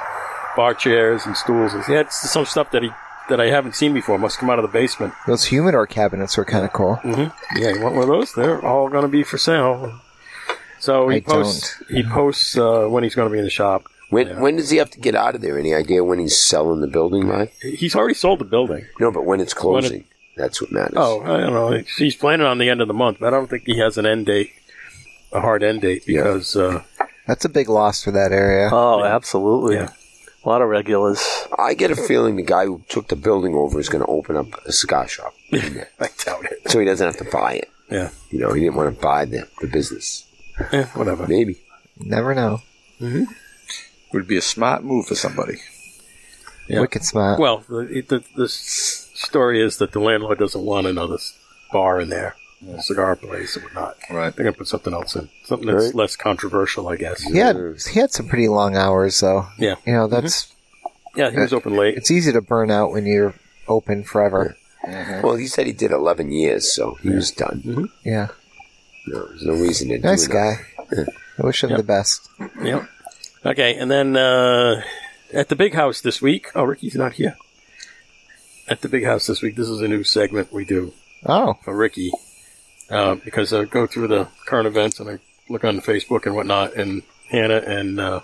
Speaker 1: bar chairs and stools. He had s- some stuff that he that I haven't seen before. Must come out of the basement.
Speaker 3: Those humidor cabinets were kind of cool.
Speaker 1: Mm. Yeah, you want one of those? They're all going to be for sale. So he
Speaker 3: I
Speaker 1: posts. He posts uh, when he's going to be in the shop.
Speaker 6: When, when does he have to get out of there? Any idea when he's selling the building, Mike?
Speaker 1: He's already sold the building.
Speaker 6: No, but when it's
Speaker 1: When it-
Speaker 6: closing. that's what matters.
Speaker 1: Oh, I don't know. He's planning on the end of the month, but I don't think he has an end date, a hard end date,
Speaker 6: Yeah.
Speaker 1: because uh,
Speaker 3: That's a big loss for that area.
Speaker 10: Oh, absolutely.
Speaker 1: Yeah.
Speaker 10: A lot of regulars.
Speaker 6: I get a feeling the guy who took the building over is going to open up a cigar shop.
Speaker 1: (laughs) I doubt it.
Speaker 6: So he doesn't have to buy it.
Speaker 1: Yeah.
Speaker 6: You know, he didn't want to buy the, the business.
Speaker 1: Eh, whatever.
Speaker 6: Maybe.
Speaker 3: Never know.
Speaker 2: would be a smart move for somebody.
Speaker 1: Yeah.
Speaker 3: Wicked smart.
Speaker 1: Well, the, the, the s- story is that the landlord doesn't want another s- bar in there, cigar place or whatnot.
Speaker 2: Right.
Speaker 1: They're going to put something else in, something that's
Speaker 3: Right.
Speaker 1: less controversial, I guess.
Speaker 3: He had he had some pretty long hours though.
Speaker 1: Yeah. Mm-hmm.
Speaker 3: You know, that's
Speaker 1: Yeah, he was open late.
Speaker 3: It's easy to burn out when you're open forever.
Speaker 6: Well, he said he did 11 years, so he was done.
Speaker 3: Yeah.
Speaker 6: No, there's no reason to do
Speaker 3: Mm-hmm. Nice
Speaker 6: that.
Speaker 3: guy. I wish him the best.
Speaker 1: Yep. Okay, and then uh, at the big house this week. Oh, Ricky's not here. At the big house this week, this is a new segment we do
Speaker 3: Oh.
Speaker 1: for Ricky uh, because I go through the current events and I look on Facebook and whatnot, and Hannah and uh,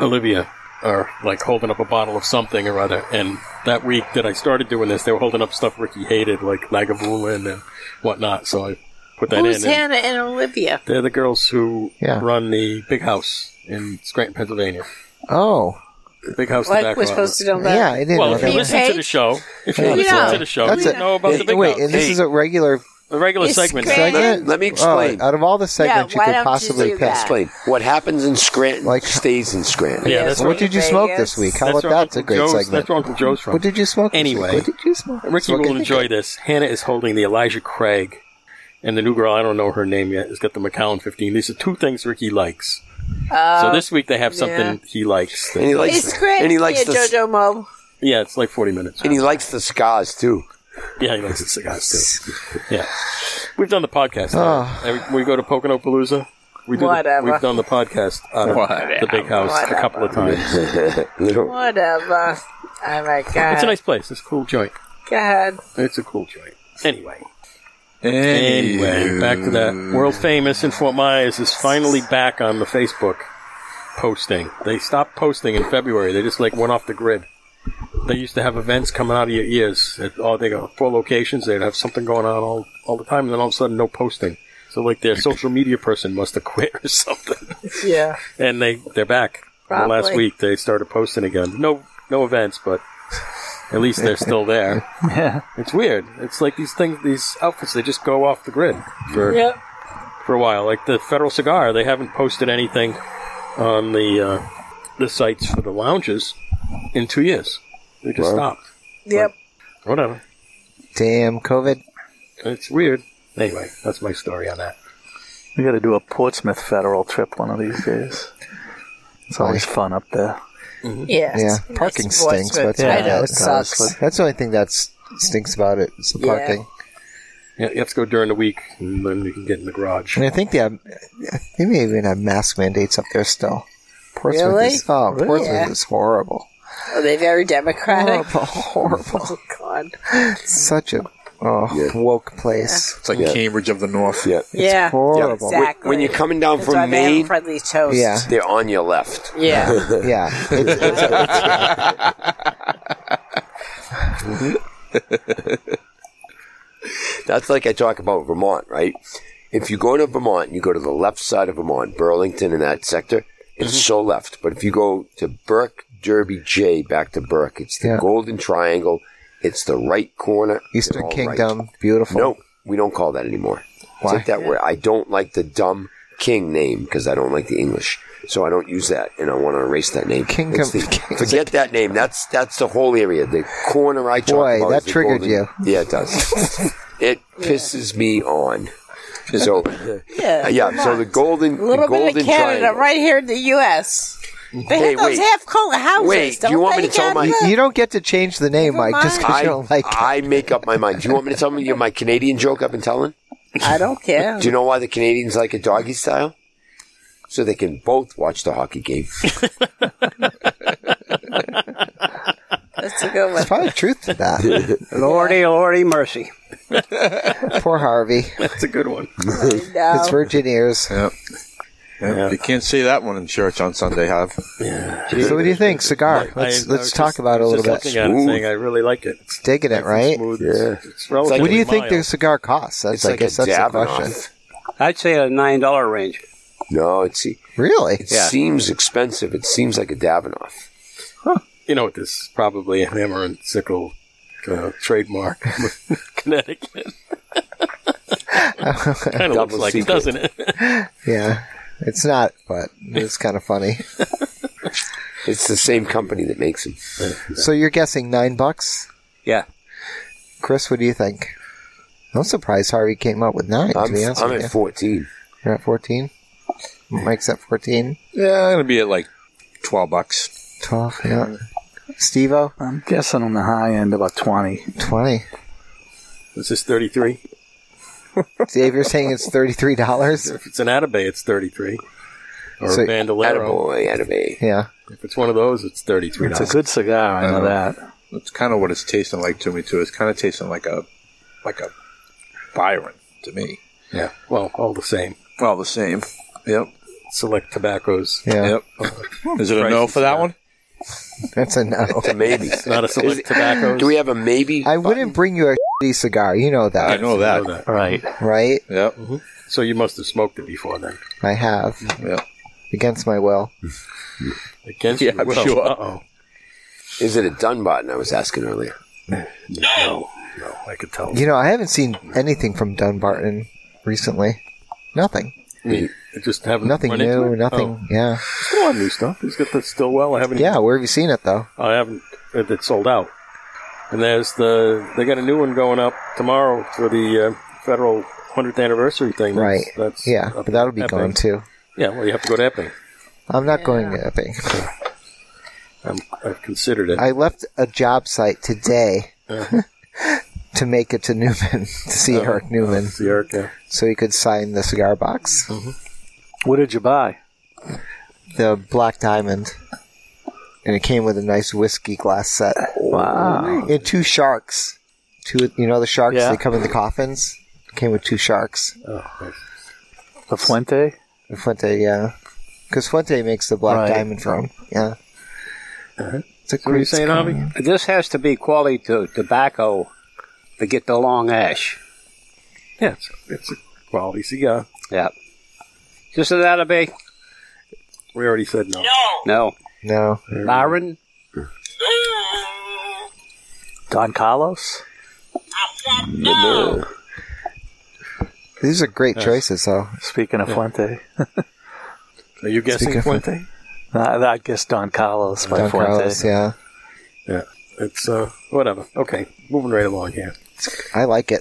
Speaker 1: Olivia are like holding up a bottle of something or other. And that week that I started doing this, they were holding up stuff Ricky hated, like Lagavulin and whatnot. So I put that
Speaker 4: Who's
Speaker 1: in. and-
Speaker 4: Hannah and Olivia?
Speaker 1: they're the girls who run the big house in Scranton, Pennsylvania.
Speaker 3: Oh.
Speaker 1: The big house.
Speaker 4: Like,
Speaker 1: tobacco
Speaker 4: we're
Speaker 1: outlet.
Speaker 4: supposed to know that. Yeah, I didn't
Speaker 1: well,
Speaker 4: know
Speaker 1: if you
Speaker 4: that.
Speaker 1: listen to the show, if you
Speaker 3: Yeah.
Speaker 1: listen
Speaker 3: Yeah.
Speaker 1: to the show,
Speaker 3: That's
Speaker 1: you
Speaker 3: it.
Speaker 1: know about the big
Speaker 3: Wait,
Speaker 1: house.
Speaker 3: and this is a regular
Speaker 1: a regular
Speaker 6: It's
Speaker 1: segment.
Speaker 6: Scranton.
Speaker 3: segment.
Speaker 6: Let me explain.
Speaker 3: Oh, out of all the segments you could possibly pick,
Speaker 6: Explain. What happens in Scranton stays in Scranton.
Speaker 1: Yeah, that's
Speaker 3: What
Speaker 1: right.
Speaker 3: did you smoke this week? How
Speaker 1: That's
Speaker 3: about
Speaker 1: where
Speaker 3: that's a
Speaker 1: Uncle
Speaker 3: great
Speaker 1: Joe's-
Speaker 3: segment?
Speaker 1: That's where Uncle Joe's from.
Speaker 3: What did you smoke? this week?
Speaker 1: Anyway,
Speaker 3: what did you smoke?
Speaker 1: Ricky
Speaker 3: Smoke
Speaker 1: will
Speaker 3: anything?
Speaker 1: enjoy this. Hannah is holding the Elijah Craig, and the new girl I don't know her name yet has got the McAllen 15. These are two things Ricky likes. so this week they have something he likes. that-
Speaker 6: And he likes
Speaker 4: It's great.
Speaker 6: And he likes
Speaker 4: yeah,
Speaker 6: the, s-
Speaker 4: JoJo Mo.
Speaker 1: yeah, it's like 40 minutes.
Speaker 6: and he likes the scars too.
Speaker 1: Yeah, he likes the cigars
Speaker 6: (laughs)
Speaker 1: too. Yeah, we've done the podcast.
Speaker 6: Ah.
Speaker 1: now. And we we go to Poconopalooza. We do.
Speaker 4: Whatever.
Speaker 1: The, we've done the podcast out of
Speaker 2: Whatever.
Speaker 1: the big house a couple of times. it's
Speaker 4: Whatever. Oh my god.
Speaker 1: a nice place. It's a cool joint.
Speaker 4: Go ahead.
Speaker 1: It's a cool joint. Anyway. Anyway, back to that. World famous in Fort Myers is finally back on the Facebook posting. They stopped posting in February. They just like went off the grid. They used to have events coming out of your ears at all they got four locations. They'd have something going on all, all the time, and then all of a sudden, no posting. So like their social media person must have quit or something.
Speaker 4: Yeah.
Speaker 1: And they they're back.
Speaker 4: Probably.
Speaker 1: Last week they started posting again. No no events, but at least they're still there.
Speaker 3: (laughs)
Speaker 7: Yeah.
Speaker 1: It's weird. It's like these things, these outfits, they just go off the grid for
Speaker 4: Yep.
Speaker 1: for a while. Like the Federal Cigar, they haven't posted anything on the uh, the sites for the lounges in two years. They just
Speaker 3: Wow.
Speaker 1: stopped.
Speaker 4: Yep.
Speaker 1: Whatever.
Speaker 3: Damn COVID.
Speaker 1: It's weird. Anyway, that's my story on that.
Speaker 7: We got to do a Portsmouth Federal trip one of these days. It's always fun up there.
Speaker 4: Yeah.
Speaker 3: Yeah,
Speaker 4: it's
Speaker 3: parking
Speaker 4: nice
Speaker 3: stinks.
Speaker 4: voice,
Speaker 3: That's
Speaker 4: but I
Speaker 3: about
Speaker 4: know
Speaker 3: it.
Speaker 4: it sucks.
Speaker 3: That's the only thing that s- stinks about it. It's the
Speaker 4: Yeah.
Speaker 3: parking.
Speaker 1: Yeah, you have to go during the week, and then you can get in the garage.
Speaker 3: And I think they have, they may even have mask mandates up there still. Portsmouth
Speaker 4: Really?
Speaker 3: is oh,
Speaker 4: Really?
Speaker 3: Portsmouth
Speaker 4: Yeah.
Speaker 3: is horrible.
Speaker 4: Are they Oh, very democratic?
Speaker 3: Horrible, horrible.
Speaker 4: (laughs) Oh God.
Speaker 3: Such a oh, woke place.
Speaker 2: It's like Cambridge of the North.
Speaker 6: Yeah.
Speaker 4: yeah.
Speaker 3: horrible.
Speaker 4: Exactly.
Speaker 6: When you're coming down
Speaker 4: That's
Speaker 6: from
Speaker 4: why they have
Speaker 6: Maine-
Speaker 4: friendly toast.
Speaker 3: Yeah.
Speaker 6: They're on your left.
Speaker 3: (laughs)
Speaker 4: Yeah.
Speaker 1: (laughs)
Speaker 3: Yeah. It's, it's,
Speaker 6: That's like I talk about Vermont, right? If you go to Vermont and you go to the left side of Vermont, Burlington and that sector, it's
Speaker 3: Mm-hmm.
Speaker 6: so left. But if you go to Burke, Derby, J, back to Burke, it's the
Speaker 3: Yeah.
Speaker 6: Golden Triangle. It's the right corner.
Speaker 3: Eastern
Speaker 6: They're all right.
Speaker 3: Kingdom, beautiful.
Speaker 6: No, we don't call that anymore.
Speaker 3: Why?
Speaker 6: Take that word. I don't like the dumb king name because I don't like the English, so I don't use that, and I want to erase that name.
Speaker 3: Kingdom-
Speaker 6: It's the-
Speaker 3: (laughs)
Speaker 6: forget that name. That's that's the whole area. The corner I talk
Speaker 3: Boy,
Speaker 6: about.
Speaker 3: that
Speaker 6: is the
Speaker 3: triggered
Speaker 6: golden-
Speaker 3: you.
Speaker 6: Yeah,
Speaker 3: (laughs)
Speaker 6: it does. it pisses me on. So
Speaker 4: Yeah, come
Speaker 6: So
Speaker 4: on.
Speaker 6: the golden,
Speaker 4: A little
Speaker 6: the golden
Speaker 4: bit of Canada
Speaker 6: triangle.
Speaker 4: right here in the U.S. They
Speaker 6: Hey,
Speaker 4: have those
Speaker 6: wait.
Speaker 4: half coat houses.
Speaker 6: Wait,
Speaker 4: don't
Speaker 6: do you want
Speaker 4: they,
Speaker 6: me to tell my?
Speaker 4: Canada?
Speaker 6: (laughs)
Speaker 3: you don't get to change the name, Mike, just because
Speaker 6: I,
Speaker 3: you don't like it.
Speaker 6: I make up my mind. Do you want me to tell me my Canadian joke I've been telling?
Speaker 4: I don't care.
Speaker 6: Do you know why the Canadians like it doggy style? So they can both watch the hockey game.
Speaker 4: That's a good one.
Speaker 3: There's probably truth to that.
Speaker 1: (laughs)
Speaker 10: Lordy, lordy, mercy.
Speaker 3: Poor Harvey.
Speaker 1: That's a good one.
Speaker 4: No.
Speaker 6: Oh.
Speaker 3: It's virgin ears.
Speaker 2: Yep. Yep.
Speaker 1: Yeah.
Speaker 2: You can't say that one in church on Sunday, have?
Speaker 3: So what do you think? Cigar.
Speaker 1: I-
Speaker 3: Let's
Speaker 1: I
Speaker 3: let's
Speaker 1: was
Speaker 3: talk
Speaker 1: just-
Speaker 3: about it
Speaker 1: I
Speaker 3: a
Speaker 1: was
Speaker 3: little
Speaker 1: just
Speaker 3: bit.
Speaker 1: looking at it and saying I really like it. It's
Speaker 3: Digging it, right?
Speaker 1: smooth. It's, it's relatively
Speaker 3: What do you think
Speaker 1: mild.
Speaker 3: the cigar costs? That's
Speaker 6: It's
Speaker 3: I
Speaker 6: like
Speaker 3: guess
Speaker 6: a
Speaker 3: that's the
Speaker 6: Davinoff.
Speaker 3: question.
Speaker 10: I'd say a nine dollar range.
Speaker 6: No, it's, it
Speaker 3: Really?
Speaker 6: seems expensive. It seems like a Davinoff.
Speaker 1: You know what this is probably a hammer and sickle uh, trademark with Connecticut. kind of looks
Speaker 6: Double
Speaker 1: like it,
Speaker 6: secret.
Speaker 1: doesn't it?
Speaker 6: (laughs)
Speaker 3: Yeah. It's not, but it's kind of funny.
Speaker 6: It's the same company that makes them.
Speaker 3: So you're guessing nine bucks?
Speaker 6: Yeah.
Speaker 3: Chris, what do you think? I'm surprised Harvey came up with nine. to
Speaker 6: I'm,
Speaker 3: be honest
Speaker 6: I'm
Speaker 3: with
Speaker 6: at
Speaker 3: you.
Speaker 6: 14.
Speaker 3: You're at 14. Mike's at 14.
Speaker 2: Yeah, I'm gonna be at like twelve bucks.
Speaker 3: 12, yeah. Steve O?
Speaker 7: I'm guessing on the high end about 20.
Speaker 3: 20.
Speaker 1: This is 33.
Speaker 3: Dave, you're saying it's $33?
Speaker 1: If it's an Atabay, it's 33. Or
Speaker 3: So-
Speaker 1: a Bandolero.
Speaker 6: Attaboy, attaboy.
Speaker 3: Yeah.
Speaker 1: If it's one of those, it's $33.
Speaker 7: It's a good cigar, I know
Speaker 2: know.
Speaker 7: that.
Speaker 2: That's kind of what it's tasting like to me too. It's kind of tasting like a like a Byron to me.
Speaker 1: yeah. Well, all the same.
Speaker 2: All the same. Yep.
Speaker 1: Select tobaccos.
Speaker 3: Yeah.
Speaker 2: Yep. Is it a no for that one?
Speaker 3: That's a no.
Speaker 1: (laughs)
Speaker 6: It's a maybe.
Speaker 1: Not a select tobaccos.
Speaker 6: Do we have a maybe?
Speaker 3: I wouldn't bring you a shitty cigar. You know
Speaker 2: I
Speaker 3: that,
Speaker 2: know that.
Speaker 1: know that.
Speaker 7: Right.
Speaker 3: right?
Speaker 2: Yep.
Speaker 1: So you must have smoked it before then.
Speaker 3: I have.
Speaker 2: Yep.
Speaker 3: Against my will.
Speaker 1: Against
Speaker 2: Yeah,
Speaker 1: your
Speaker 2: I'm
Speaker 1: will.
Speaker 2: sure.
Speaker 1: Uh-oh.
Speaker 6: Is it a Dunbarton? I was asking earlier.
Speaker 1: No. No, I could tell.
Speaker 3: You know, I haven't seen anything from Dunbarton recently. Nothing.
Speaker 1: We just haven't
Speaker 3: Nothing
Speaker 1: run into
Speaker 3: new,
Speaker 1: it?
Speaker 3: nothing. Yeah.
Speaker 1: Oh, come on, new stuff. He's got the Stillwell. I haven't.
Speaker 3: Yeah, where have you seen it, though?
Speaker 1: I haven't. It, it's sold out. And there's the. They got a new one going up tomorrow for the uh, federal 100th anniversary thing.
Speaker 3: Right.
Speaker 1: That's, that's
Speaker 3: yeah,
Speaker 1: up
Speaker 3: but that'll be
Speaker 1: Epping.
Speaker 3: gone, too.
Speaker 1: Yeah. Well, you have to go to Epping.
Speaker 3: I'm not going to Epping.
Speaker 1: I'm, I've considered it.
Speaker 3: I left a job site today
Speaker 1: Uh-huh.
Speaker 3: (laughs) to make it to Newman, (laughs) to see Eric Newman,
Speaker 1: It's the Eric, yeah.
Speaker 3: so he could sign the cigar box.
Speaker 7: What did you buy?
Speaker 3: The Black Diamond. And it came with a nice whiskey glass set.
Speaker 7: Wow.
Speaker 3: And two sharks. Two, you know the sharks?
Speaker 7: Yeah.
Speaker 3: They come in the coffins. It came with two sharks.
Speaker 1: Oh, nice.
Speaker 7: The Fuente?
Speaker 3: And Fuente, yeah. Because Fuente makes the Black
Speaker 7: Right.
Speaker 3: Diamond for him. Yeah. It's a
Speaker 1: What are you
Speaker 3: great
Speaker 1: saying,
Speaker 3: cigar.
Speaker 1: Avi?
Speaker 10: This has to be quality to tobacco to get the long ash.
Speaker 1: Yeah, it's, it's a quality cigar.
Speaker 10: Yeah. Just so that'll be
Speaker 1: We already said no.
Speaker 10: no
Speaker 3: No.
Speaker 10: Byron.
Speaker 7: Don Carlos?
Speaker 3: These are great choices, though.
Speaker 7: Speaking of Fuente.
Speaker 1: Are you guessing
Speaker 3: Speaking of-
Speaker 1: Fuente?
Speaker 7: I, I guess Don Carlos by
Speaker 3: Don
Speaker 7: Fuente.
Speaker 3: Carlos, yeah.
Speaker 1: Yeah. It's, uh, whatever. Okay. Moving right along here.
Speaker 3: I like it.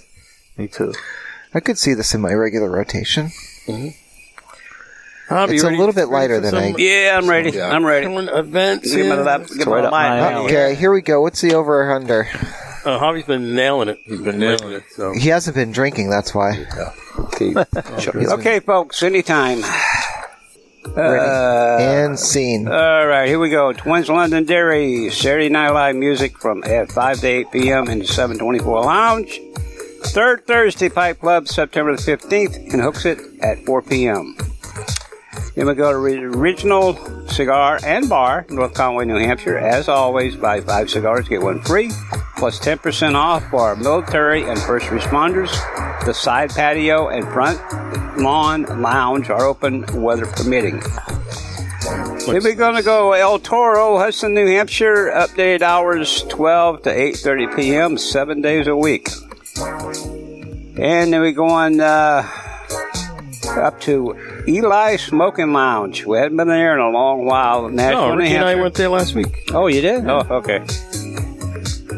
Speaker 7: Me too.
Speaker 3: I could see this in my regular rotation.
Speaker 1: Mm-hmm. Avi,
Speaker 3: It's
Speaker 1: you
Speaker 3: a
Speaker 1: ready-
Speaker 3: little bit
Speaker 1: ready
Speaker 3: lighter
Speaker 1: for
Speaker 3: than
Speaker 1: some
Speaker 3: I-
Speaker 10: Yeah, I'm ready. I'm ready.
Speaker 1: current events.
Speaker 10: Give me
Speaker 1: Yeah.
Speaker 10: that. Give me
Speaker 7: right
Speaker 10: the
Speaker 7: up
Speaker 10: line.
Speaker 7: my alley.
Speaker 3: Okay, here we go. What's the over or under?
Speaker 1: Uh, Javi's been nailing it. He's been nailing it. So
Speaker 3: He hasn't been drinking, that's why. (laughs)
Speaker 6: Okay.
Speaker 3: Oh,
Speaker 10: Okay, folks, anytime.
Speaker 3: and scene.
Speaker 10: All right, here we go. Twins Londonderry, Saturday Night Live music from at 5 to 8 p.m. in the 724 Lounge. Third Thursday Pipe Club, September the 15th, in Hooks It at 4 p.m. Then we go to the Original Cigar and Bar, North Conway, New Hampshire. As always, buy five cigars, get one free, plus 10% off for our military and first responders. The side patio and front lawn lounge are open, weather permitting. Then we're gonna go El Toro, Hudson, New Hampshire. Updated hours 12 to 8:30 p.m. seven days a week. And then we're going uh, up to Eli Smoking Lounge. We hadn't been there in a long while. Nashville,
Speaker 1: no,
Speaker 10: New
Speaker 1: Oh, Ricky and I
Speaker 10: Hampshire.
Speaker 1: went there last week.
Speaker 10: Oh, you did? Oh, okay.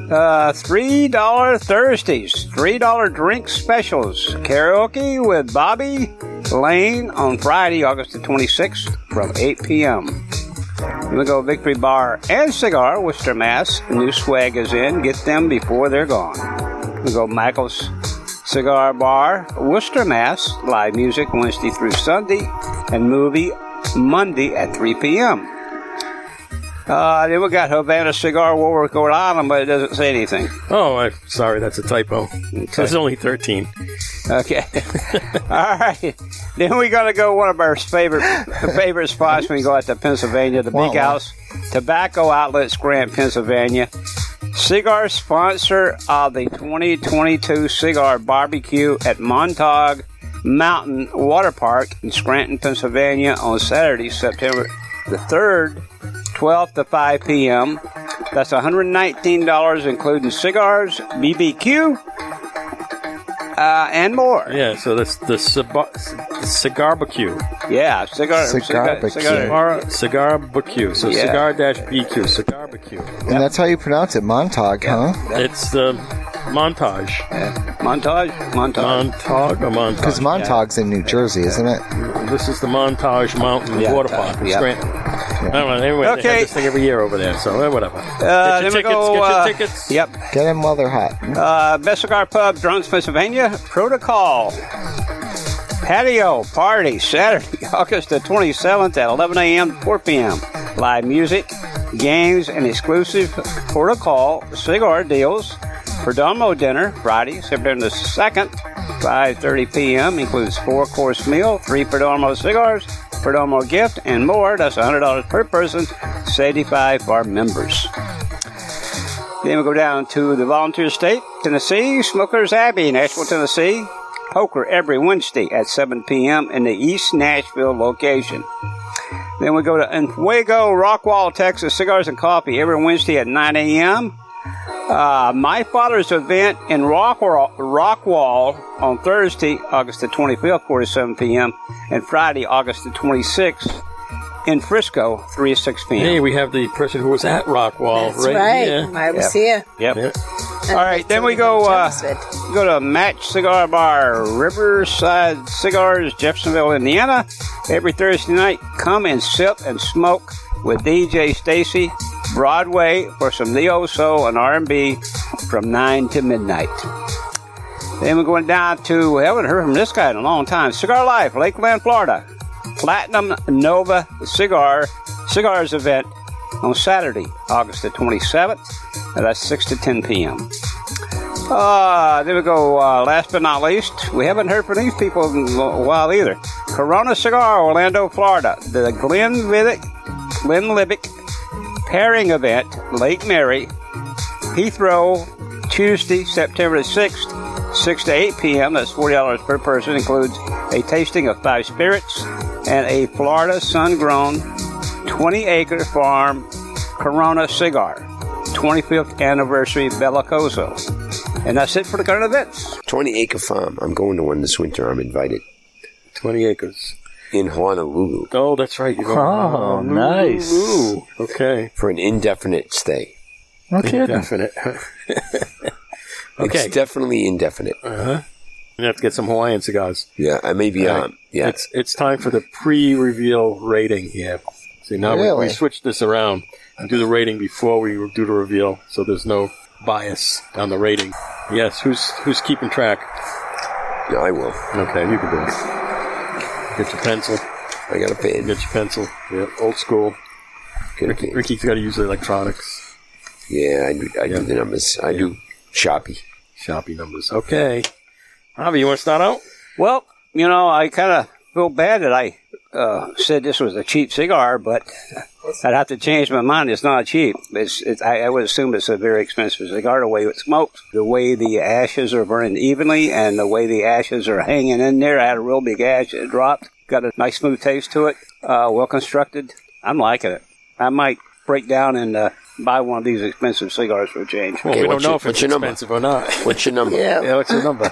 Speaker 10: Uh, three dollar Thursdays, three dollar drink specials, karaoke with Bobby Lane on Friday, August the twenty sixth, from eight p.m. We go Victory Bar and Cigar, Worcester, Mass. New swag is in. Get them before they're gone. We go Michael's Cigar Bar, Worcester, Mass. Live music Wednesday through Sunday, and movie Monday at three p.m. Uh, then we got Havana Cigar Warwick, Rhode Island, but it doesn't say anything.
Speaker 1: Oh, I, sorry, that's a typo. It's only thirteen.
Speaker 10: Okay. (laughs) All right. Then we're going to go one of our favorite favorite spots when we go out to Pennsylvania, the Big House Tobacco Outlets, Grant, Pennsylvania. Cigar sponsor of the 2022 Cigar Barbecue at Montauk Mountain Water Park in Scranton, Pennsylvania on Saturday, September the 3rd, 12 to 5 p.m. That's $119, including cigars, BBQ, uh, and more.
Speaker 1: Yeah, so that's the cigar barbecue.
Speaker 10: Yeah, cigar
Speaker 3: Cigar
Speaker 10: cigar, cigar
Speaker 1: Cigar, cigar barbecue. So
Speaker 10: Yeah.
Speaker 1: cigar dash BQ, cigar barbecue.
Speaker 3: And that's how you pronounce it, Montag, huh?
Speaker 1: It's the montage.
Speaker 10: montage, montage,
Speaker 1: Montage or montage?
Speaker 3: Because Montag's in New Jersey, isn't it?
Speaker 1: This is the Montage Mountain
Speaker 3: Yeah,
Speaker 1: Water
Speaker 3: uh,
Speaker 1: Park.
Speaker 3: yeah.
Speaker 1: Grant. I don't know. Anyway, they
Speaker 10: Okay.
Speaker 1: have this thing every year over there, so eh, whatever. get your
Speaker 10: Uh, then we
Speaker 1: tickets.
Speaker 10: go,
Speaker 1: get your
Speaker 10: uh,
Speaker 1: tickets.
Speaker 10: Yep.
Speaker 3: Get him while they're hot.
Speaker 10: Uh, Best Cigar Pub, Drunks, Pennsylvania. Protocol. Patio party Saturday, (laughs) August the 27th at 11 a.m. to 4 p.m. Live music, games, and exclusive protocol cigar deals. Perdomo dinner Friday, September the 2nd, 5.30 p.m. Includes four-course meal, three Perdomo cigars, Perdomo gift, and more. That's $100 per person, 75 for members. Then we go down to the Volunteer State, Tennessee, Smokers Abbey, Nashville, Tennessee. Poker every Wednesday at 7 p.m. in the East Nashville location. Then we go to Enfuego, Rockwall, Texas, Cigars and Coffee every Wednesday at 9 a.m. Uh, my father's event in Rockwall, Rockwall on Thursday, August the 25th, 4 to 7 p.m., and Friday, August the 26th in Frisco, 3 to 6 p.m.
Speaker 1: Hey, we have the person who was at Rockwall
Speaker 10: That's
Speaker 1: right,
Speaker 10: right.
Speaker 1: here.
Speaker 10: I was
Speaker 11: here.
Speaker 10: Yep. All right, then we go uh, go to Match Cigar Bar, Riverside Cigars, Jeffersonville, Indiana. Every Thursday night, come and sip and smoke with DJ Stacy Broadway for some neo soul and R&B from nine to midnight. Then we're going down to, we haven't heard from this guy in a long time, Cigar Life, Lakeland, Florida. Platinum Nova Cigar Cigars event on Saturday, August the 27th, and that's 6 to 10 p.m. Uh, there we go. Uh, last but not least, we haven't heard from these people in a while either. Corona Cigar, Orlando, Florida. The Glenn Libick, Glenn Libick pairing event, Lake Mary, Heathrow, Tuesday, September the 6th, 6 to 8 p.m. That's $40 per person. Includes a tasting of five spirits and a Florida sun grown 20 acre farm Corona cigar. 25th anniversary Bellicoso. And that's it for the current events.
Speaker 6: 20 acre farm. I'm going to one this winter. I'm invited.
Speaker 1: 20 acres.
Speaker 6: In Honolulu.
Speaker 1: Oh, that's right. You're going to
Speaker 6: Oh,
Speaker 1: Honolulu.
Speaker 6: nice.
Speaker 1: Okay.
Speaker 6: For an indefinite stay.
Speaker 1: No
Speaker 6: kidding.
Speaker 1: Indefinite. (laughs) okay.
Speaker 6: It's definitely indefinite.
Speaker 1: Uh-huh. You have to get some Hawaiian cigars.
Speaker 6: Yeah, I may be
Speaker 1: All right.
Speaker 6: on. Yeah.
Speaker 1: It's it's time for the pre-reveal rating here. See, now we,
Speaker 6: Really?
Speaker 1: we switch this around and do the rating before we do the reveal, so there's no bias on the rating. Yes, who's who's keeping track?
Speaker 6: No, I will.
Speaker 1: Okay, you can do it. Get your pencil.
Speaker 6: I got a pen.
Speaker 1: Get your pencil. Yeah, old school. Ricky, Ricky's got to use the electronics.
Speaker 6: Yeah, I do, I do the numbers. I do shoppy.
Speaker 1: Shoppy numbers. Okay. Javi, you want to start out?
Speaker 10: Well, you know, I kind of feel bad that I uh, said this was a cheap cigar, but (laughs) I'd have to change my mind. It's not cheap. It's, it's I, I would assume it's a very expensive cigar. The way it's smoked, the way the ashes are burned evenly, and the way the ashes are hanging in there. I had a real big ash. It dropped. Got a nice smooth taste to it. Uh, well constructed. I'm liking it. I might break down and uh, buy one of these expensive cigars for a change.
Speaker 1: Well, we don't know if it's
Speaker 6: your number?
Speaker 1: expensive or not.
Speaker 6: (laughs) What's your number?
Speaker 10: Yeah.
Speaker 1: Yeah,
Speaker 10: (laughs)
Speaker 1: what's your number?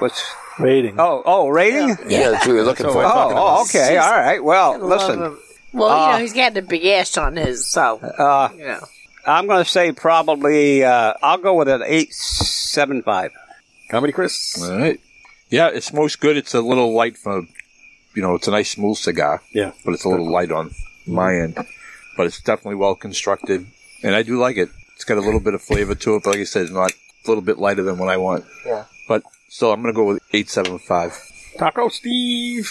Speaker 10: What's
Speaker 7: rating?
Speaker 10: Oh, oh, rating?
Speaker 6: Yeah, that's what we were looking
Speaker 10: That's
Speaker 6: for.
Speaker 10: what we're talking
Speaker 6: Oh,
Speaker 10: about. okay. All right. Well, listen.
Speaker 4: Well, you
Speaker 6: Ah.
Speaker 10: Uh,
Speaker 4: know, he's got the big ass on his, so.
Speaker 10: Uh,
Speaker 4: you know.
Speaker 10: I'm going to say probably. Uh, I'll go with an eight seven five.
Speaker 1: Oh. Comedy, Chris.
Speaker 2: All right. Yeah, it smokes good. It's a little light for, you know, it's a nice smooth cigar.
Speaker 1: Yeah.
Speaker 2: But it's a little light on my end. But it's definitely well constructed. And I do like it. It's got a little bit of flavor to it, but like I said, not a little bit lighter than what I want.
Speaker 3: Yeah.
Speaker 2: But still, I'm going to go with 875.
Speaker 1: Taco Steve.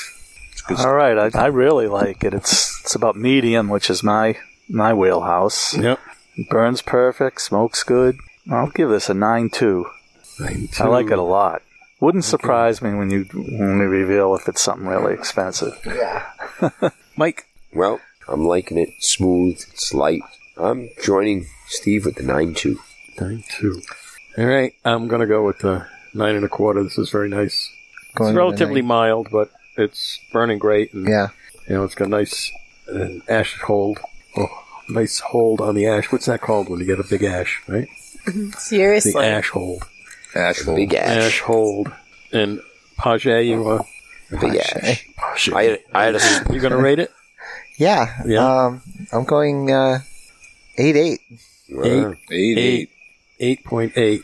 Speaker 7: All right, I, I really like it. It's it's about medium, which is my my wheelhouse.
Speaker 1: Yep.
Speaker 7: burns perfect, smokes good. I'll give this a nine two. I like it a lot. Wouldn't surprise me when you when you reveal if it's something really expensive.
Speaker 1: Mike.
Speaker 6: Well, I'm liking it. Smooth. It's light. I'm joining Steve with the 9 2.
Speaker 1: Nine two. All right, I'm gonna go with the nine and a quarter. This is very nice.
Speaker 3: Going with
Speaker 1: it's
Speaker 3: a
Speaker 1: relatively
Speaker 3: nine.
Speaker 1: mild, but it's burning great, and
Speaker 3: Yeah.
Speaker 1: you know it's got a nice uh, ash hold. Oh, nice hold on the ash. What's that called when you get a big ash, right? The
Speaker 11: Seriously.
Speaker 1: ash hold.
Speaker 2: Ash hold.
Speaker 6: Big ash.
Speaker 1: Ash hold. and Page, you were.
Speaker 6: yeah. I had, I had a.
Speaker 1: You gonna (laughs) rate it?
Speaker 3: Yeah.
Speaker 1: Yeah.
Speaker 3: Um, I'm going uh, eight eight.
Speaker 1: Eight, eight, eight, eight point eight.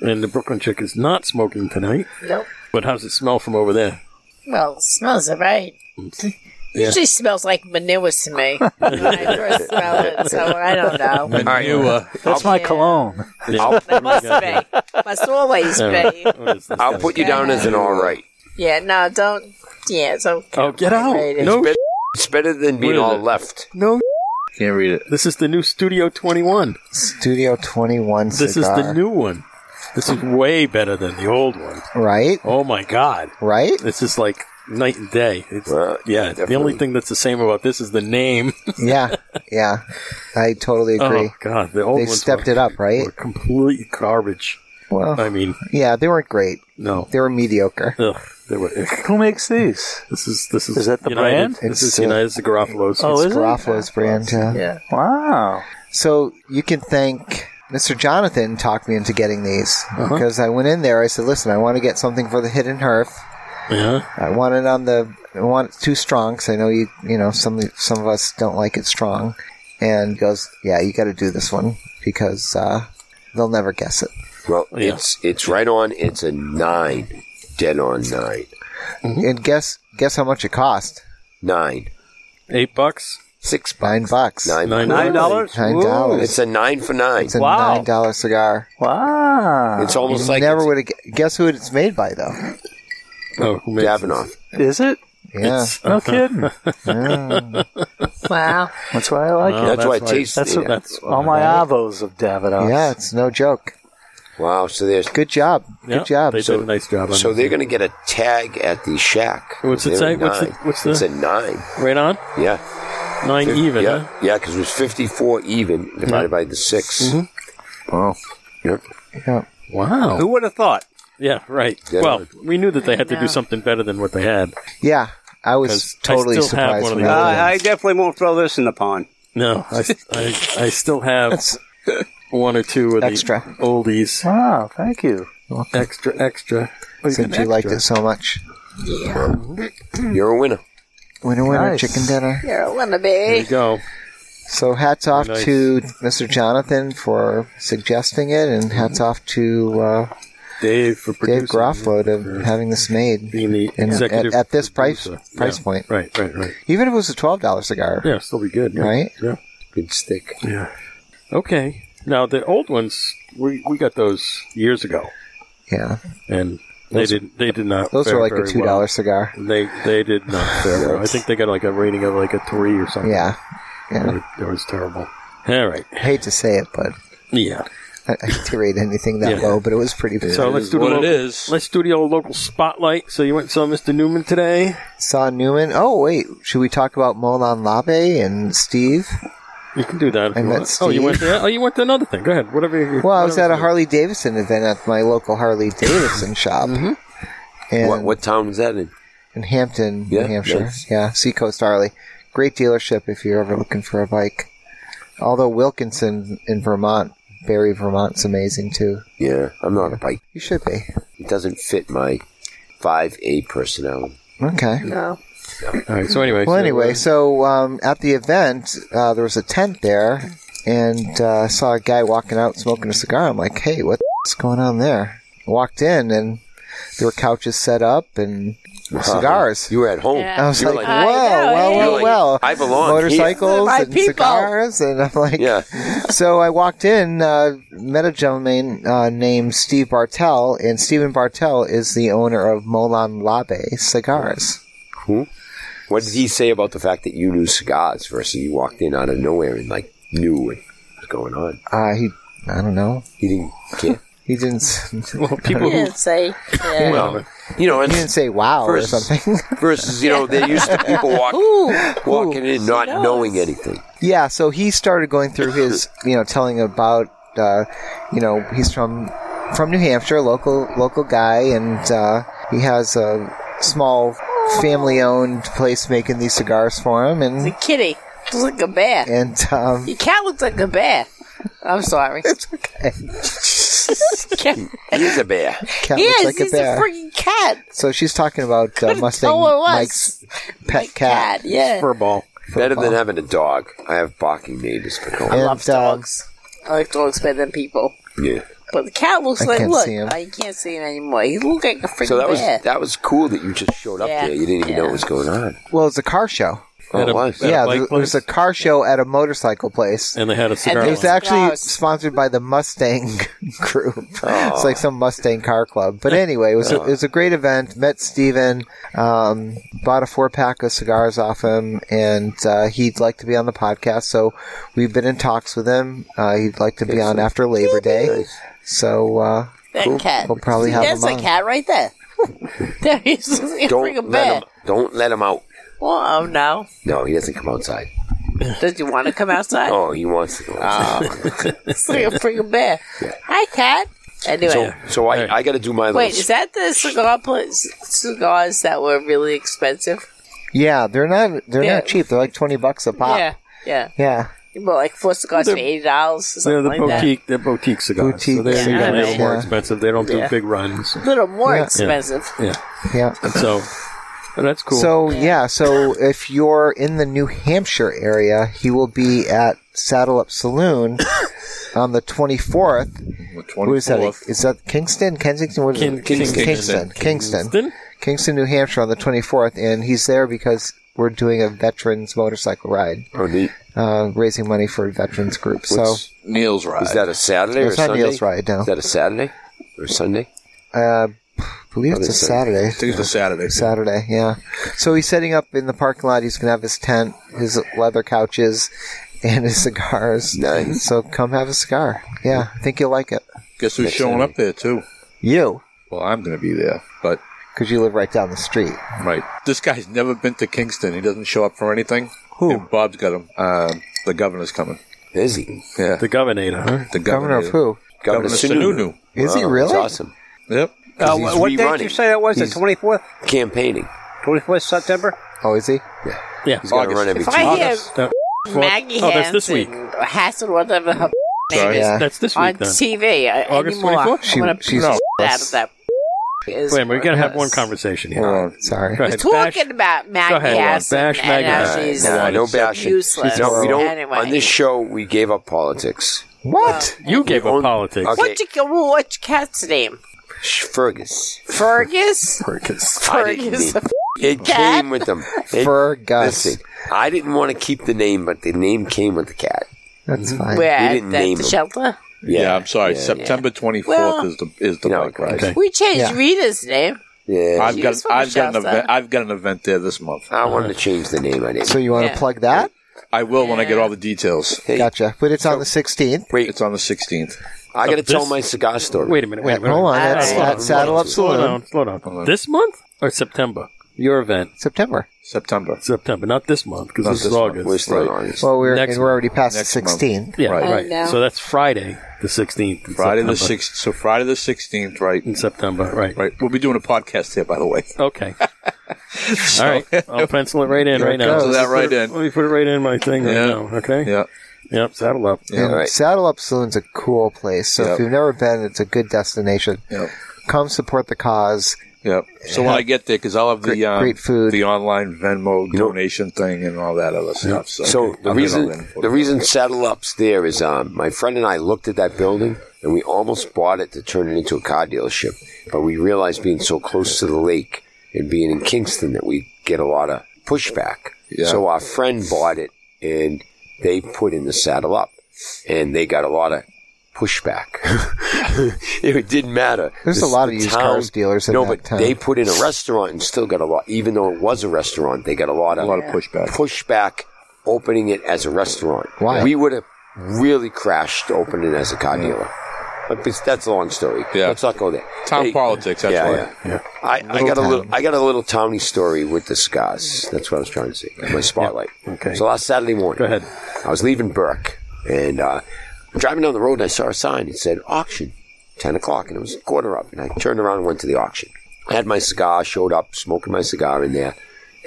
Speaker 1: And the Brooklyn chick is not smoking tonight.
Speaker 4: Nope.
Speaker 1: But how's it smell from over there?
Speaker 4: Well, it smells all
Speaker 6: (laughs)
Speaker 4: right.
Speaker 1: Yeah.
Speaker 4: Usually smells like manure to me when I first smell it, so I don't
Speaker 6: (laughs)
Speaker 4: know.
Speaker 7: All right.
Speaker 2: uh,
Speaker 7: That's my cologne.
Speaker 4: It must be. Must always be.
Speaker 1: Oh,
Speaker 6: I'll put you down as an all right.
Speaker 4: Yeah, no, don't. Yeah, so.
Speaker 1: Oh, get out.
Speaker 6: It's better, it's better than being
Speaker 1: What is
Speaker 6: all
Speaker 1: it?
Speaker 6: left.
Speaker 1: No.
Speaker 3: Can't read it.
Speaker 1: This is the new Studio 21.
Speaker 3: Studio 21
Speaker 1: This is the
Speaker 3: cigar.
Speaker 1: new one. This is way better than the old one.
Speaker 3: Right?
Speaker 1: Oh my god.
Speaker 3: Right?
Speaker 1: This is like night and day. It's, yeah. The only thing that's the same about this is the
Speaker 3: (laughs)
Speaker 1: name.
Speaker 3: yeah, yeah. I totally agree.
Speaker 1: Oh god, the old
Speaker 3: they
Speaker 1: ones
Speaker 3: stepped
Speaker 1: were-
Speaker 3: it up, right?
Speaker 1: were complete garbage.
Speaker 3: Well,
Speaker 1: I mean,
Speaker 3: yeah, they weren't great.
Speaker 1: No,
Speaker 3: they were mediocre.
Speaker 1: ugh, they were. ugh.
Speaker 7: Who makes these?
Speaker 1: This is this is
Speaker 7: Is that the
Speaker 1: United.
Speaker 7: brand?
Speaker 1: This
Speaker 3: It's,
Speaker 1: is
Speaker 3: uh,
Speaker 1: United it's the Garofalo's.
Speaker 7: Oh,
Speaker 3: it's
Speaker 7: is it?
Speaker 3: Garofalo's brand. Yeah.
Speaker 7: Wow.
Speaker 3: So you can thank Mr. Jonathan talked me into getting these because I went in there. I said, "Listen, I want to get something for the hidden hearth.
Speaker 1: yeah.
Speaker 3: I want it on the. I want it too strong because I know you. You know, some some of us don't like it strong." And he goes, "Yeah, you got to do this one because uh, they'll never guess it."
Speaker 6: Well, it's it's right on. It's a nine, dead on nine,
Speaker 3: And guess guess how much it cost?
Speaker 6: nine,
Speaker 1: Eight bucks.
Speaker 6: six,
Speaker 3: Nine bucks.
Speaker 6: nine,
Speaker 1: Nine
Speaker 10: Nine dollars.
Speaker 3: Nine
Speaker 10: Ooh.
Speaker 3: dollars.
Speaker 6: It's a nine for nine.
Speaker 3: It's a
Speaker 7: Wow.
Speaker 3: nine dollar cigar.
Speaker 1: uh,
Speaker 7: Wow.
Speaker 6: It's almost like
Speaker 3: Never
Speaker 6: it's
Speaker 3: would have. Guess who it's made by though?
Speaker 1: Oh, who makes
Speaker 6: Davinoff.
Speaker 7: Is it?
Speaker 3: Yeah,
Speaker 1: this?
Speaker 7: No
Speaker 1: (laughs)
Speaker 7: kidding.
Speaker 3: Mm.
Speaker 4: Wow.
Speaker 7: That's why I like
Speaker 1: Oh,
Speaker 7: it.
Speaker 6: that's why it tastes-
Speaker 7: That's,
Speaker 6: yeah.
Speaker 7: that's all my avos of Davidoff.
Speaker 3: yeah, it's no joke.
Speaker 6: Wow. So there's
Speaker 3: Good job.
Speaker 1: Yeah,
Speaker 3: Good job.
Speaker 1: They
Speaker 6: So-
Speaker 1: did a nice job. On
Speaker 6: so
Speaker 1: that.
Speaker 6: they're going to get a tag at the shack.
Speaker 1: What's it
Speaker 6: They're
Speaker 1: say?
Speaker 6: a
Speaker 1: What's the-
Speaker 6: nine.
Speaker 1: what's the-
Speaker 6: It's a nine.
Speaker 1: right on
Speaker 6: Yeah.
Speaker 1: nine even.
Speaker 6: yeah.
Speaker 1: Huh?
Speaker 6: Yeah, because it was fifty-four even divided by the 6
Speaker 1: Mm-hmm.
Speaker 2: Wow.
Speaker 6: Yep.
Speaker 3: Yeah.
Speaker 1: Wow.
Speaker 10: Who would have thought?
Speaker 1: Yeah, right.
Speaker 6: Yeah.
Speaker 1: Well, we knew that they had to
Speaker 4: No.
Speaker 1: do something better than what they had.
Speaker 3: Yeah, I
Speaker 1: 'Cause
Speaker 3: was
Speaker 1: I
Speaker 3: totally
Speaker 1: still have
Speaker 3: surprised.
Speaker 1: one of
Speaker 3: when
Speaker 1: these.
Speaker 10: Uh,
Speaker 3: I
Speaker 10: I definitely won't throw this in the pond.
Speaker 1: No, I, I, I still have one or two of
Speaker 3: Extra.
Speaker 1: the oldies.
Speaker 7: Wow, Ah, thank you.
Speaker 1: Extra, extra. Oh,
Speaker 3: since you liked it so much.
Speaker 6: You're a winner.
Speaker 3: Winner, winner,
Speaker 7: Nice.
Speaker 3: chicken dinner.
Speaker 4: You're a winner,
Speaker 1: There you
Speaker 4: baby.
Speaker 1: go.
Speaker 3: So hats off
Speaker 1: nice.
Speaker 3: to Mr. Jonathan for suggesting it, and hats off to uh,
Speaker 1: Dave for producing.
Speaker 3: Dave Grofflow to having this made
Speaker 1: Being the
Speaker 3: and at,
Speaker 1: executive
Speaker 3: at this price
Speaker 1: producer.
Speaker 3: price
Speaker 1: Yeah.
Speaker 3: point.
Speaker 1: Right, right, right.
Speaker 3: Even if it was a twelve dollar cigar,
Speaker 1: Yeah, still be good. Yeah.
Speaker 3: right?
Speaker 1: Yeah.
Speaker 6: Good stick.
Speaker 1: Yeah. Okay. Now the old ones, we, we got those years ago,
Speaker 3: Yeah,
Speaker 1: and they did they did not.
Speaker 3: those
Speaker 1: fare
Speaker 3: were like a
Speaker 1: very
Speaker 3: two dollar
Speaker 1: well.
Speaker 3: cigar.
Speaker 1: They they did not fare well. I think they got like a rating of like a three or something.
Speaker 3: Yeah,
Speaker 1: It
Speaker 3: yeah.
Speaker 1: was, it was terrible. All right.
Speaker 3: Hate to say it, but
Speaker 1: Yeah.
Speaker 3: I, I hate to rate anything that
Speaker 1: Yeah.
Speaker 3: low, but it was pretty bad.
Speaker 1: So let's do
Speaker 2: what
Speaker 1: the
Speaker 2: it
Speaker 1: local,
Speaker 2: is.
Speaker 1: Let's do the old local spotlight. So you went and saw Mr. Newman today.
Speaker 3: Saw Newman. Oh wait, should we talk about Molan Labe and Steve?
Speaker 1: You can do that. If
Speaker 3: I
Speaker 1: you
Speaker 3: met
Speaker 1: want. Oh, you went
Speaker 3: Steve.
Speaker 1: there. Oh, you went to another thing. Go ahead. Whatever. You,
Speaker 3: Well, I was at
Speaker 1: whatever
Speaker 3: a Harley Davidson event at my local Harley Davidson shop. And
Speaker 6: What, what town was that in?
Speaker 3: in Hampton,
Speaker 6: Yeah,
Speaker 3: New Hampshire.
Speaker 6: nice.
Speaker 3: Yeah, Seacoast Harley. Great dealership if you're ever looking for a bike. Although Wilkinson in Vermont, Barry, Vermont's amazing too.
Speaker 6: Yeah, I'm not a bike.
Speaker 3: You should be.
Speaker 6: It doesn't fit my five A personality.
Speaker 3: Okay.
Speaker 1: you- All right. So anyway.
Speaker 3: Well,
Speaker 1: so,
Speaker 3: anyway, so um, at the event, uh, there was a tent there, and uh, I saw a guy walking out smoking a cigar. I'm like, hey, what the f- is going on there? Walked in, and there were couches set up and cigars.
Speaker 6: Uh-huh. You were at home.
Speaker 4: Yeah.
Speaker 3: I was
Speaker 6: You're
Speaker 3: like,
Speaker 6: like-
Speaker 3: whoa,
Speaker 4: I know,
Speaker 3: well,
Speaker 4: hey.
Speaker 3: well,
Speaker 6: You're like,
Speaker 3: well.
Speaker 6: I belong here.
Speaker 3: Motorcycles
Speaker 4: My
Speaker 3: and
Speaker 4: people.
Speaker 3: cigars, and I'm like,
Speaker 6: Yeah.
Speaker 3: so I walked in, uh, met a gentleman uh, named Steve Bartell, and Stephen Bartell is the owner of Molan Labe Cigars.
Speaker 6: What did he say about the fact that you knew cigars versus you walked in out of nowhere and like knew what was going on?
Speaker 3: Uh, he, I don't know,
Speaker 6: He didn't care.
Speaker 3: he didn't. s-
Speaker 1: (laughs)
Speaker 3: (laughs)
Speaker 1: well, people.
Speaker 4: Yeah, say. Yeah.
Speaker 6: well, you know, and
Speaker 3: He didn't say wow
Speaker 6: First-
Speaker 3: or something. (laughs)
Speaker 6: versus you know, they're used to people walk,
Speaker 4: Ooh.
Speaker 6: walking in not
Speaker 4: knows?
Speaker 6: knowing anything.
Speaker 3: yeah, so he started going through his, you know, telling about, uh, you know, he's from from New Hampshire, local local guy, and uh, he has a small family-owned place making these cigars for him,
Speaker 4: The
Speaker 3: and
Speaker 4: kitty looks like a bear.
Speaker 3: (laughs) and um,
Speaker 4: Your cat looks like a bear. I'm sorry.
Speaker 6: He is a bear.
Speaker 3: Cat looks
Speaker 4: yes,
Speaker 3: like a
Speaker 4: he's
Speaker 3: bear.
Speaker 4: a freaking cat.
Speaker 3: so she's talking about uh, Mustang
Speaker 4: tell what it was.
Speaker 3: Mike's pet cat.
Speaker 4: cat, yeah.
Speaker 3: Furball.
Speaker 6: Better than having a dog. I have barking neighbors, Piccolo.
Speaker 3: And, uh,
Speaker 4: I like dogs better than people.
Speaker 6: Yeah.
Speaker 4: But the cat looks
Speaker 6: I
Speaker 4: like
Speaker 6: can't
Speaker 4: look.
Speaker 6: see him.
Speaker 4: I can't see him anymore. He looked like a freaking
Speaker 6: So that was
Speaker 4: bear.
Speaker 6: that was cool that you just showed up
Speaker 4: Yeah.
Speaker 6: there. You didn't even know what was going on.
Speaker 3: Well, it's a car show.
Speaker 6: Oh, it was.
Speaker 3: yeah, there, there was a car show at a motorcycle place.
Speaker 1: And they had a cigar.
Speaker 3: It was
Speaker 1: lounge.
Speaker 3: actually sponsored by the Mustang (laughs) group. It's like some Mustang car club. But anyway, it was a, it was a great event. Met Steven, um, bought a four pack of cigars off him, and uh, he'd like to be on the podcast. So we've been in talks with him. Uh, he'd like to be on after Labor Day. So uh,
Speaker 4: that cat.
Speaker 3: we'll probably
Speaker 4: See,
Speaker 3: have
Speaker 4: That's
Speaker 3: him
Speaker 4: a
Speaker 3: on.
Speaker 4: cat right there. (laughs) there he is. (laughs) He's a
Speaker 6: Don't
Speaker 4: freaking
Speaker 6: let
Speaker 4: bear.
Speaker 6: him. Don't let him out.
Speaker 4: Well, oh, no.
Speaker 6: No, he doesn't come outside.
Speaker 4: Does you want to come outside?
Speaker 6: (laughs) Oh, he wants to go outside.
Speaker 4: It's like a freaking bear. Hi, cat. Anyway.
Speaker 6: So, so I, I got to do my little
Speaker 4: Wait, is that the cigar pla- cigars that were really expensive?
Speaker 3: Yeah, they're not they're
Speaker 4: Yeah.
Speaker 3: not cheap. They're like twenty bucks a pop.
Speaker 4: Yeah, yeah.
Speaker 3: Yeah.
Speaker 4: But like four cigars for eighty dollars.
Speaker 1: They're the
Speaker 4: like
Speaker 1: boutique. They're boutique cigars. so
Speaker 3: Boutique
Speaker 1: they're, they're a
Speaker 3: cigars,
Speaker 1: little more
Speaker 3: yeah.
Speaker 1: expensive. They don't do
Speaker 4: Yeah.
Speaker 1: big runs.
Speaker 4: That. A little more
Speaker 3: Yeah.
Speaker 4: expensive.
Speaker 1: Yeah.
Speaker 3: Yeah.
Speaker 1: And so but that's cool.
Speaker 3: So yeah. so if you're in the New Hampshire area, he will be at Saddle Up Saloon on the 24th. What is that?
Speaker 2: 24th.
Speaker 3: Is that Kingston, Kensington? What is
Speaker 1: Kin-
Speaker 3: it?
Speaker 1: Kingston.
Speaker 3: Kingston, Kingston,
Speaker 1: Kingston?
Speaker 3: Kingston, New Hampshire on the 24th, and he's there because we're doing a veterans motorcycle ride,
Speaker 6: Oh, neat.
Speaker 3: uh, raising money for veterans group. So
Speaker 6: What's-
Speaker 2: Neil's ride.
Speaker 6: Is that a Saturday or
Speaker 3: It's not
Speaker 6: Sunday?
Speaker 3: Neil's ride, no.
Speaker 6: Is that a Saturday or Sunday?
Speaker 3: Uh, believe it's a Saturday.
Speaker 6: Other Saturday.
Speaker 2: I think it's a Saturday.
Speaker 3: Saturday, yeah. So he's setting up in the parking lot. He's gonna have his tent, his leather couches, and his cigars.
Speaker 6: Nice.
Speaker 3: So come have a cigar. Yeah, I think you'll like it.
Speaker 2: Guess who's showing up there too?
Speaker 3: You,
Speaker 2: Well, I'm going to be there, but
Speaker 3: because you live right down the street.
Speaker 2: right. This guy's never been to Kingston. He doesn't show up for anything. Who? And Bob's got him. Um, the governor's coming.
Speaker 6: Is he?
Speaker 2: Yeah.
Speaker 1: the governor, huh?
Speaker 2: The
Speaker 3: Governor
Speaker 2: governor.
Speaker 3: of who?
Speaker 2: Governor Sununu.
Speaker 3: Is he
Speaker 6: Wow,
Speaker 3: really?
Speaker 6: That's awesome.
Speaker 2: Yep.
Speaker 10: Uh,
Speaker 6: 'Cause he's
Speaker 10: wh- what date did you
Speaker 6: rerunning.
Speaker 10: say that was?
Speaker 3: He's-
Speaker 10: the 24th?
Speaker 6: Campaigning.
Speaker 10: 24th September?
Speaker 3: Oh, is he?
Speaker 1: Yeah.
Speaker 6: He's got to
Speaker 2: August.
Speaker 6: run every
Speaker 4: If
Speaker 6: two
Speaker 4: I hear
Speaker 6: years.
Speaker 1: That-
Speaker 4: (laughs) Maggie
Speaker 1: oh, that's
Speaker 4: Hansen,
Speaker 1: this week.
Speaker 4: or Hassel,
Speaker 1: (laughs)
Speaker 4: whatever her
Speaker 2: Sorry.
Speaker 4: name is,
Speaker 3: Yeah.
Speaker 1: That's this
Speaker 4: on
Speaker 1: week then.
Speaker 4: TV uh,
Speaker 1: August
Speaker 4: anymore,
Speaker 1: 24th?
Speaker 4: I'm gonna
Speaker 3: She- she's
Speaker 4: beat
Speaker 3: a-
Speaker 4: out of that. Is
Speaker 1: Wait, we're gonna have one
Speaker 4: worthless.
Speaker 1: conversation here.
Speaker 3: Hold
Speaker 1: Go
Speaker 3: on. Sorry.
Speaker 1: ahead.
Speaker 4: We're talking
Speaker 1: Bash-
Speaker 4: about Maggie
Speaker 1: Go ahead, Ron.
Speaker 4: Hansen,
Speaker 1: Bash
Speaker 4: and
Speaker 1: Maggie
Speaker 4: how
Speaker 1: Hansen.
Speaker 4: she's
Speaker 6: Nah, no bashing.
Speaker 4: useless.
Speaker 6: No, we don't.
Speaker 4: Anyway.
Speaker 6: On this show, we gave up politics.
Speaker 3: What?
Speaker 1: You gave up
Speaker 6: Own-
Speaker 1: politics.
Speaker 6: Okay.
Speaker 4: What's your, what's your cat's name?
Speaker 6: Sh- Fergus. (laughs)
Speaker 4: Fergus?
Speaker 6: I didn't
Speaker 4: Fergus.
Speaker 6: need- It
Speaker 4: cat.
Speaker 6: came with
Speaker 4: (laughs)
Speaker 6: them. It,
Speaker 3: Fergus.
Speaker 6: Listen, I didn't want to keep the name, but the name came with the cat.
Speaker 3: That's fine.
Speaker 4: We're
Speaker 6: You
Speaker 4: at
Speaker 6: didn't
Speaker 4: the,
Speaker 6: name
Speaker 4: the
Speaker 6: him.
Speaker 4: shelter.
Speaker 2: Yeah, I'm sorry.
Speaker 6: yeah,
Speaker 2: September 24th
Speaker 4: Well-
Speaker 2: is the is the
Speaker 6: You know,
Speaker 2: bike ride.
Speaker 1: okay.
Speaker 4: We changed
Speaker 3: Yeah.
Speaker 4: Rita's name.
Speaker 6: Yeah.
Speaker 2: I've
Speaker 4: She
Speaker 2: got
Speaker 4: was from
Speaker 2: I've got an
Speaker 4: Shasta.
Speaker 2: event I've got an event there this month.
Speaker 6: I wanted to change the name. I didn't.
Speaker 3: So you want to
Speaker 4: Yeah.
Speaker 3: plug that?
Speaker 2: I will when I get all the details.
Speaker 6: Hey,
Speaker 3: Gotcha. But it's on the 16th.
Speaker 6: Wait,
Speaker 2: It's on the 16th.
Speaker 6: I got to
Speaker 1: So
Speaker 6: tell
Speaker 1: this-
Speaker 6: my cigar story.
Speaker 1: Wait a minute. Wait a
Speaker 3: At-
Speaker 1: minute.
Speaker 3: hold on.
Speaker 1: Wait a minute.
Speaker 3: That's,
Speaker 4: Hold on.
Speaker 3: that's Saddle Up
Speaker 1: Slow
Speaker 3: Saloon.
Speaker 1: down. Slow down. This month or September? Your event.
Speaker 3: September.
Speaker 2: September.
Speaker 1: September, not this month because
Speaker 2: Not
Speaker 1: this, is
Speaker 2: this month.
Speaker 1: August.
Speaker 6: We're still
Speaker 2: Right.
Speaker 6: in August.
Speaker 3: Well, we're
Speaker 1: Next
Speaker 3: and we're already past the
Speaker 2: Next month.
Speaker 3: 16th.
Speaker 1: Yeah,
Speaker 2: Right.
Speaker 1: right.
Speaker 4: no.
Speaker 1: So that's Friday, the 16th. in
Speaker 2: Friday the
Speaker 1: September.
Speaker 2: sixth. So Friday the sixteenth, right?
Speaker 1: In September, right.
Speaker 2: Right. We'll be doing a podcast here, by the (laughs) way.
Speaker 1: (laughs) Okay. All right. I'll pencil it right in
Speaker 3: There
Speaker 1: right
Speaker 3: it
Speaker 1: now.
Speaker 3: goes.
Speaker 2: Pencil that right
Speaker 1: Put it-
Speaker 2: in.
Speaker 1: Let me put it right in my thing right
Speaker 2: Yeah.
Speaker 1: now, okay?
Speaker 2: Yeah.
Speaker 1: Yep, saddle up.
Speaker 3: And
Speaker 6: right.
Speaker 3: Saddle Up Saloon's a cool place. So if
Speaker 2: Yep.
Speaker 3: you've never been, it's a good destination.
Speaker 2: Yep.
Speaker 3: Come support the cause.
Speaker 2: Yep. So when I get there, because I'll have the
Speaker 3: Great-
Speaker 2: um,
Speaker 3: great food.
Speaker 2: the online Venmo
Speaker 6: know-
Speaker 2: donation thing, and all that other stuff. So,
Speaker 6: So
Speaker 2: I'll
Speaker 6: the
Speaker 2: get all
Speaker 6: reason
Speaker 2: info.
Speaker 6: the reason Saddle Up's there is um, my friend and I looked at that building and we almost bought it to turn it into a car dealership, but we realized being so close to the lake and being in Kingston that we get a lot of pushback.
Speaker 2: Yeah.
Speaker 6: So our friend bought it and they put in the Saddle Up, and they got a lot of pushback. (laughs) it didn't matter.
Speaker 3: There's a
Speaker 6: This-
Speaker 3: lot of
Speaker 6: the
Speaker 3: used cars dealers in
Speaker 6: no,
Speaker 3: that
Speaker 6: but
Speaker 3: town.
Speaker 6: they put in a restaurant and still got a lot. Even though it was a restaurant, they got a lot of
Speaker 2: a lot of pushback.
Speaker 6: pushback opening it as a restaurant.
Speaker 3: Why?
Speaker 6: We would have really crashed opening it as a car dealer. But this- that's a long story.
Speaker 2: Yeah.
Speaker 6: Let's not go there.
Speaker 2: Town politics, that's
Speaker 6: yeah,
Speaker 2: why.
Speaker 6: Yeah. I, I got a little I got a little towny story with the scars. That's what I was trying to say. My spotlight.
Speaker 1: Okay.
Speaker 6: So last Saturday morning.
Speaker 1: Go ahead.
Speaker 6: I was leaving Burke and uh, driving down the road and I saw a sign. It said auction, 10 o'clock, and it was quarter up. And I turned around and went to the auction. I had my cigar, showed up, smoking my cigar in there.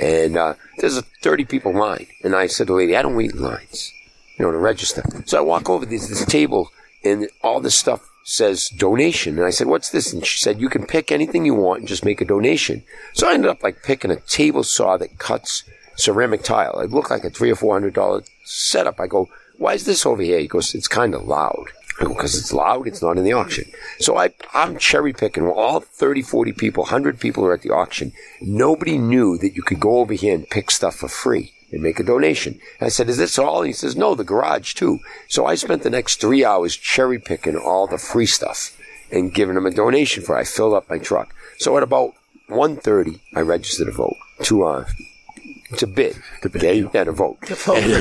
Speaker 6: And uh, there's a 30 people line. And I said to the lady, I don't wait in lines, you know, to register. So I walk over to this, this table and all this stuff says donation. And I said, What's this? And she said, You can pick anything you want and just make a donation. So I ended up like picking a table saw that cuts ceramic tile. It looked like a three or four hundred dollar setup. I go, Why is this over here? He goes, It's kind of loud. I go, Because it's loud, it's not in the auction. So I, I'm cherry picking. Well, all 30, 40 people, 100 people are at the auction. Nobody knew that you could go over here and pick stuff for free and make a donation. And I said, Is this all? And he says, No, the garage too. So I spent the next three hours cherry picking all the free stuff and giving him a donation for it. I filled up my truck. So at about 1.30, I registered a vote to, uh, to bid. To bid. Yeah, a vote.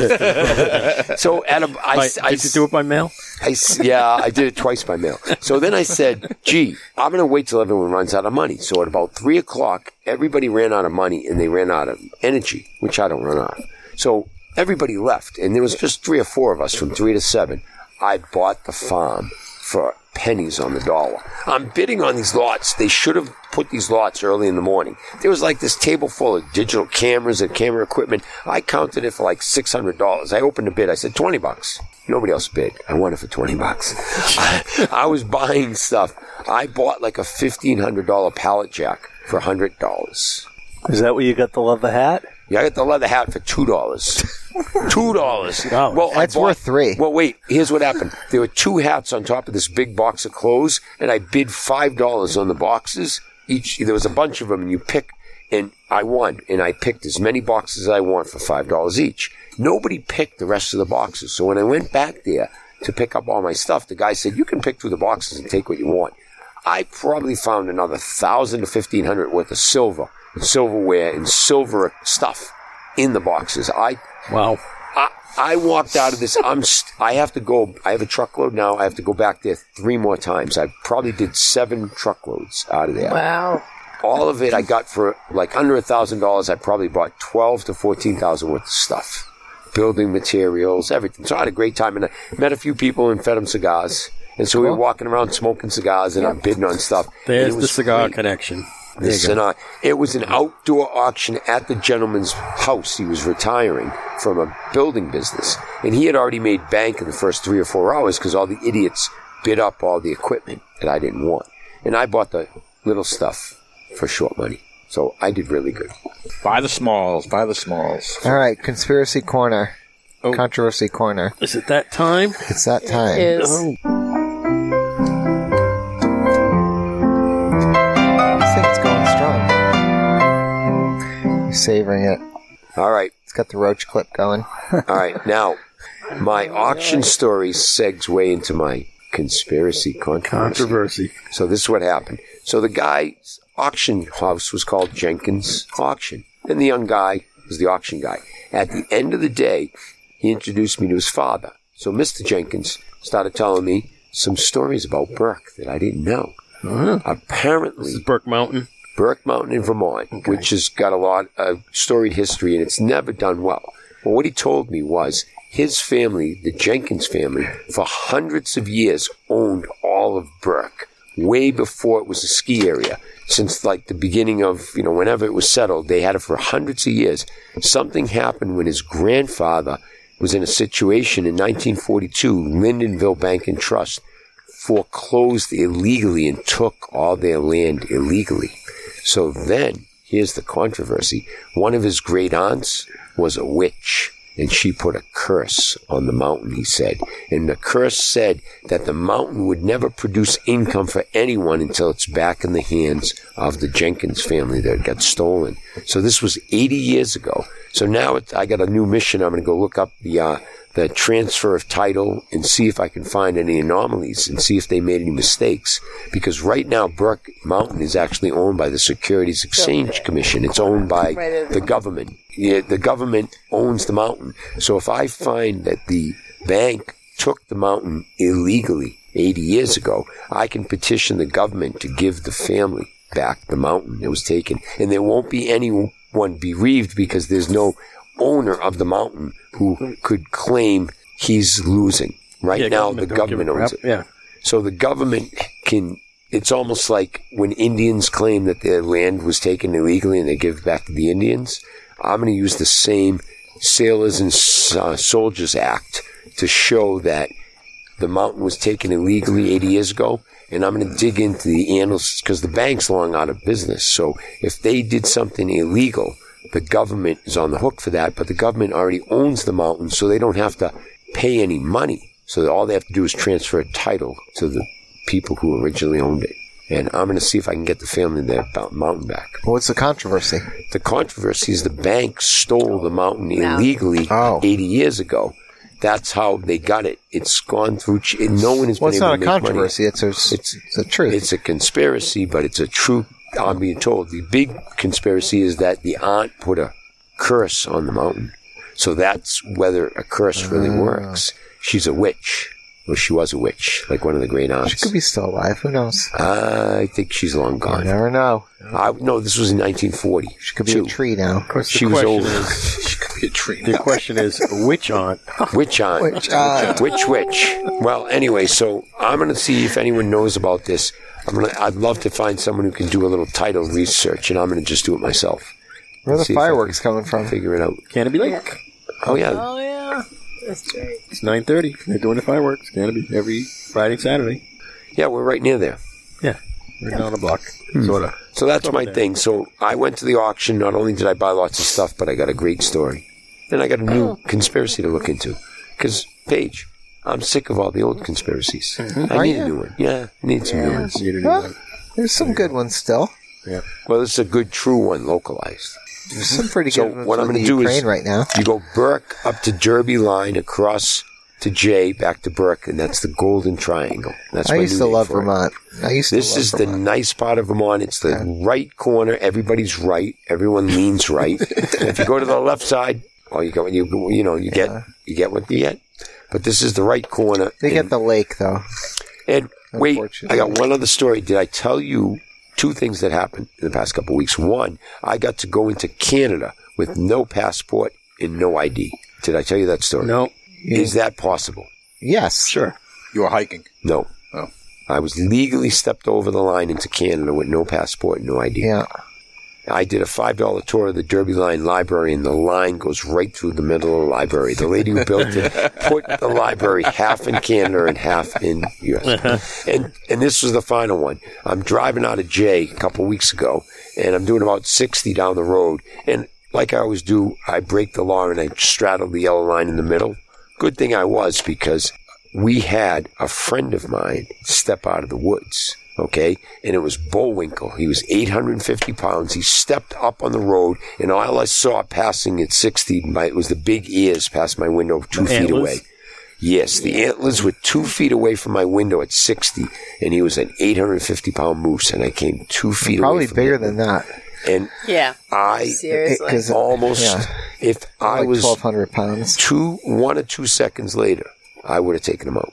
Speaker 6: (laughs) so at a, I,
Speaker 1: By- did you do it by mail?
Speaker 6: I s yeah, I did it twice by mail. So then I said, gee, I'm going to wait till everyone runs out of money. So at about three o'clock, everybody ran out of money and they ran out of energy, which I don't run out of. So everybody left, and there was just three or four of us from three to seven. I bought the farm for pennies on the dollar. I'm bidding on these lots. They should have put these lots early in the morning. There was like this table full of digital cameras and camera equipment. I counted it for like six hundred dollars. I opened a bid. I said twenty bucks. Nobody else bid. I won it for twenty bucks. (laughs) I, I was buying stuff. I bought like a fifteen hundred dollar pallet jack for hundred dollars.
Speaker 7: Is that where you got the leather hat?
Speaker 6: Yeah, I got the leather hat for two dollars. (laughs) two dollars. Well,
Speaker 3: That's worth three.
Speaker 6: Well, wait. Here's what happened. There were two hats on top of this big box of clothes, and I bid five dollars on the boxes. Each there was a bunch of them, and you pick, and I won, and I picked as many boxes as I want for five dollars each. Nobody picked the rest of the boxes, so when I went back there to pick up all my stuff, the guy said, "You can pick through the boxes and take what you want." I probably found another thousand to fifteen hundred worth of silver, and silverware, and silver stuff in the boxes. I
Speaker 1: wow.
Speaker 6: I, I walked out of this. I'm. St- I have to go. I have a truckload now. I have to go back there three more times. I probably did seven truckloads out of there.
Speaker 9: Wow.
Speaker 6: All of it I got for like under a thousand dollars. I probably bought twelve to fourteen thousand worth of stuff, building materials, everything. So I had a great time, and I met a few people and fed them cigars. And so we were walking around smoking cigars, and I'm bidding on stuff. And it
Speaker 1: There's the
Speaker 6: was
Speaker 1: cigar connection. There
Speaker 6: this
Speaker 1: you
Speaker 6: and
Speaker 1: go. Mm-hmm.
Speaker 6: I. It was an outdoor auction at the gentleman's house. He was retiring from a building business, and he had already made bank in the first three or four hours because all the idiots bid up all the equipment that I didn't want, and I bought the little stuff for short money. So I did really good.
Speaker 2: Buy the smalls. Buy the smalls.
Speaker 3: All right, conspiracy corner,
Speaker 6: Oh.
Speaker 3: controversy corner.
Speaker 1: Is it that time?
Speaker 3: It's that time.
Speaker 1: is.
Speaker 3: This thing's going strong. You're savoring it.
Speaker 6: All right.
Speaker 3: It's got the roach clip going.
Speaker 6: All
Speaker 1: (laughs)
Speaker 6: right, now my auction story segs way into my conspiracy controversy.
Speaker 1: Controversy.
Speaker 6: So this is what happened. So the guy's auction house was called Jenkins Auction, and the young guy was the auction guy. At the end of the day, he introduced me to his father. So Mr. Jenkins started telling me some stories about Burke that I didn't know. Apparently,
Speaker 1: This is Burke Mountain.
Speaker 6: Burke Mountain in Vermont, which has got a lot of storied history and it's never done well. Well, what he told me was his family, the Jenkins family, for hundreds of years owned all of Burke way before it was a ski area. Since like the beginning of, you know, whenever it was settled, they had it for hundreds of years. Something happened when his grandfather was in a situation in 1942, Lindenville Bank and Trust foreclosed illegally and took all their land illegally. So then, here's the controversy. One of his great aunts was a witch, and she put a curse on the mountain, he said. And the curse said that the mountain would never produce income for anyone until it's back in the hands of the Jenkins family that got stolen. So this was 80 years ago. So now it, I got a new mission. I'm going to go look up the, uh, the transfer of title and see if I can find any anomalies and see if they made any mistakes. Because right now, Burke Mountain is actually owned by the Securities Exchange Commission. It's owned by the government. Yeah, the government owns the mountain. So if I find that the bank took the mountain illegally 80 years ago, I can petition the government to give the family back the mountain that was taken. And there won't be anyone bereaved because there's no owner of the mountain who could claim he's losing. Right
Speaker 1: Yeah,
Speaker 6: now,
Speaker 1: government
Speaker 6: the
Speaker 1: don't give a
Speaker 6: government owns it.
Speaker 1: crap. Yeah.
Speaker 6: So the government can. It's almost like when Indians claim that their land was taken illegally and they give it back to the Indians. I'm going to use the same Sailors and S- uh, Soldiers Act to show that the mountain was taken illegally 80 years ago, and I'm going to dig into the annals because the bank's long out of business. So if they did something illegal, the government is on the hook for that, but the government already owns the mountain, so they don't have to pay any money. So all they have to do is transfer a title to the people who originally owned it. And I'm going to see if I can get the family of that ba- mountain back.
Speaker 3: What's the controversy?
Speaker 6: The controversy is the bank stole the mountain illegally
Speaker 3: Oh.
Speaker 6: 80 years ago. That's how they got it. It's gone through. Ch- no one has
Speaker 3: Well,
Speaker 6: been
Speaker 3: it's not
Speaker 6: able to
Speaker 3: a
Speaker 6: make money.
Speaker 3: controversy. It's a it's, it's a truth.
Speaker 6: It's a conspiracy, but it's a true. I'm being told the big conspiracy is that the aunt put a curse on the mountain. So that's whether a curse really
Speaker 3: Ah.
Speaker 6: works. She's a witch, or she was a witch, like one of the great aunts. She could
Speaker 3: be still alive. Who knows?
Speaker 6: I think she's long gone. You
Speaker 3: never know.
Speaker 6: I, no, this was in 1940. She
Speaker 3: could be a tree now. Of
Speaker 1: course, the
Speaker 6: she was
Speaker 1: question
Speaker 6: old.
Speaker 1: is-
Speaker 6: she could be a tree.
Speaker 1: The question is, which aunt?
Speaker 6: Which aunt?
Speaker 1: Which aunt?
Speaker 6: Which which? Well, anyway, so I'm going to see if anyone knows about this. I'm going to. I'd love to find someone who can do a little title research, and I'm going to just do it myself.
Speaker 3: Where are the
Speaker 6: See if I
Speaker 3: fireworks coming from?
Speaker 6: Figure it out.
Speaker 1: Canopy Lake.
Speaker 6: Oh yeah,
Speaker 4: Oh, yeah. That's right.
Speaker 1: It's nine thirty. They're doing the fireworks. Canopy every Friday, Saturday.
Speaker 6: yeah, we're right near there.
Speaker 1: Yeah, we're down a block,
Speaker 6: Hmm.
Speaker 1: sort of.
Speaker 6: So that's my
Speaker 1: Over there.
Speaker 6: thing. So I went to the auction. Not only did I buy lots of stuff, but I got a great story, and I got a new conspiracy to look into. Because Paige, I'm sick of all the old conspiracies.
Speaker 3: Are
Speaker 6: I need
Speaker 3: you?
Speaker 6: a new one. Yeah, I need some new ones.
Speaker 3: Well, there's some good ones still.
Speaker 1: Yeah.
Speaker 6: Well, it's a good, true one, localized.
Speaker 3: There's some pretty
Speaker 6: Mhm. So
Speaker 3: good ones
Speaker 6: what I'm
Speaker 3: in the
Speaker 6: going to do
Speaker 3: Ukraine
Speaker 6: is
Speaker 3: right now.
Speaker 6: you go Burke up to Derby line, across to J, back to Burke, and that's the Golden Triangle. That's
Speaker 3: I
Speaker 6: my
Speaker 3: used
Speaker 6: new
Speaker 3: to
Speaker 6: name
Speaker 3: love
Speaker 6: for it.
Speaker 3: Vermont. I used to
Speaker 6: This
Speaker 3: love
Speaker 6: is the nice part of Vermont. It's the right corner. Everybody's right. Everyone
Speaker 3: (laughs)
Speaker 6: leans right. And if you go to the left side, oh, you got you you know you get you get what you get. But this is the right corner.
Speaker 3: They
Speaker 6: and
Speaker 3: get the lake though.
Speaker 6: Ed, wait, I got one other story. Did I tell you two things that happened in the past couple of weeks? One, I got to go into Canada with no passport and no ID. Did I tell you that story?
Speaker 1: No.
Speaker 6: Is that possible?
Speaker 3: Yes.
Speaker 1: Sure.
Speaker 2: You were hiking.
Speaker 6: No.
Speaker 2: Oh.
Speaker 6: I was legally stepped over the line into Canada with no passport and no ID.
Speaker 3: Yeah.
Speaker 6: I did a five dollar tour of the Derby Line Library, and the line goes right through the middle of the library. The lady who built it put the library half in Canada and half in U.S. and and this was the final one. I'm driving out of Jay a couple weeks ago, and I'm doing about sixty down the road, and like I always do, I break the law and I straddle the yellow line in the middle. Good thing I was because we had a friend of mine step out of the woods, okay? And it was Bullwinkle. He was 850 pounds. He stepped up on the road, and all I saw passing at 60 my, it was the big ears past my window two
Speaker 1: The
Speaker 6: feet
Speaker 1: antlers?
Speaker 6: away. Yes, the antlers were two feet away from my window at 60, and he was an 850 pound moose, and I came two feet
Speaker 3: Probably
Speaker 6: away from
Speaker 3: bigger than that.
Speaker 6: And
Speaker 4: Yeah.
Speaker 6: I
Speaker 4: Seriously?
Speaker 3: Because it-
Speaker 6: almost,
Speaker 3: yeah.
Speaker 6: if I
Speaker 3: like
Speaker 6: was
Speaker 3: 1,200 pounds.
Speaker 6: two, one or two seconds later, I would have taken him out.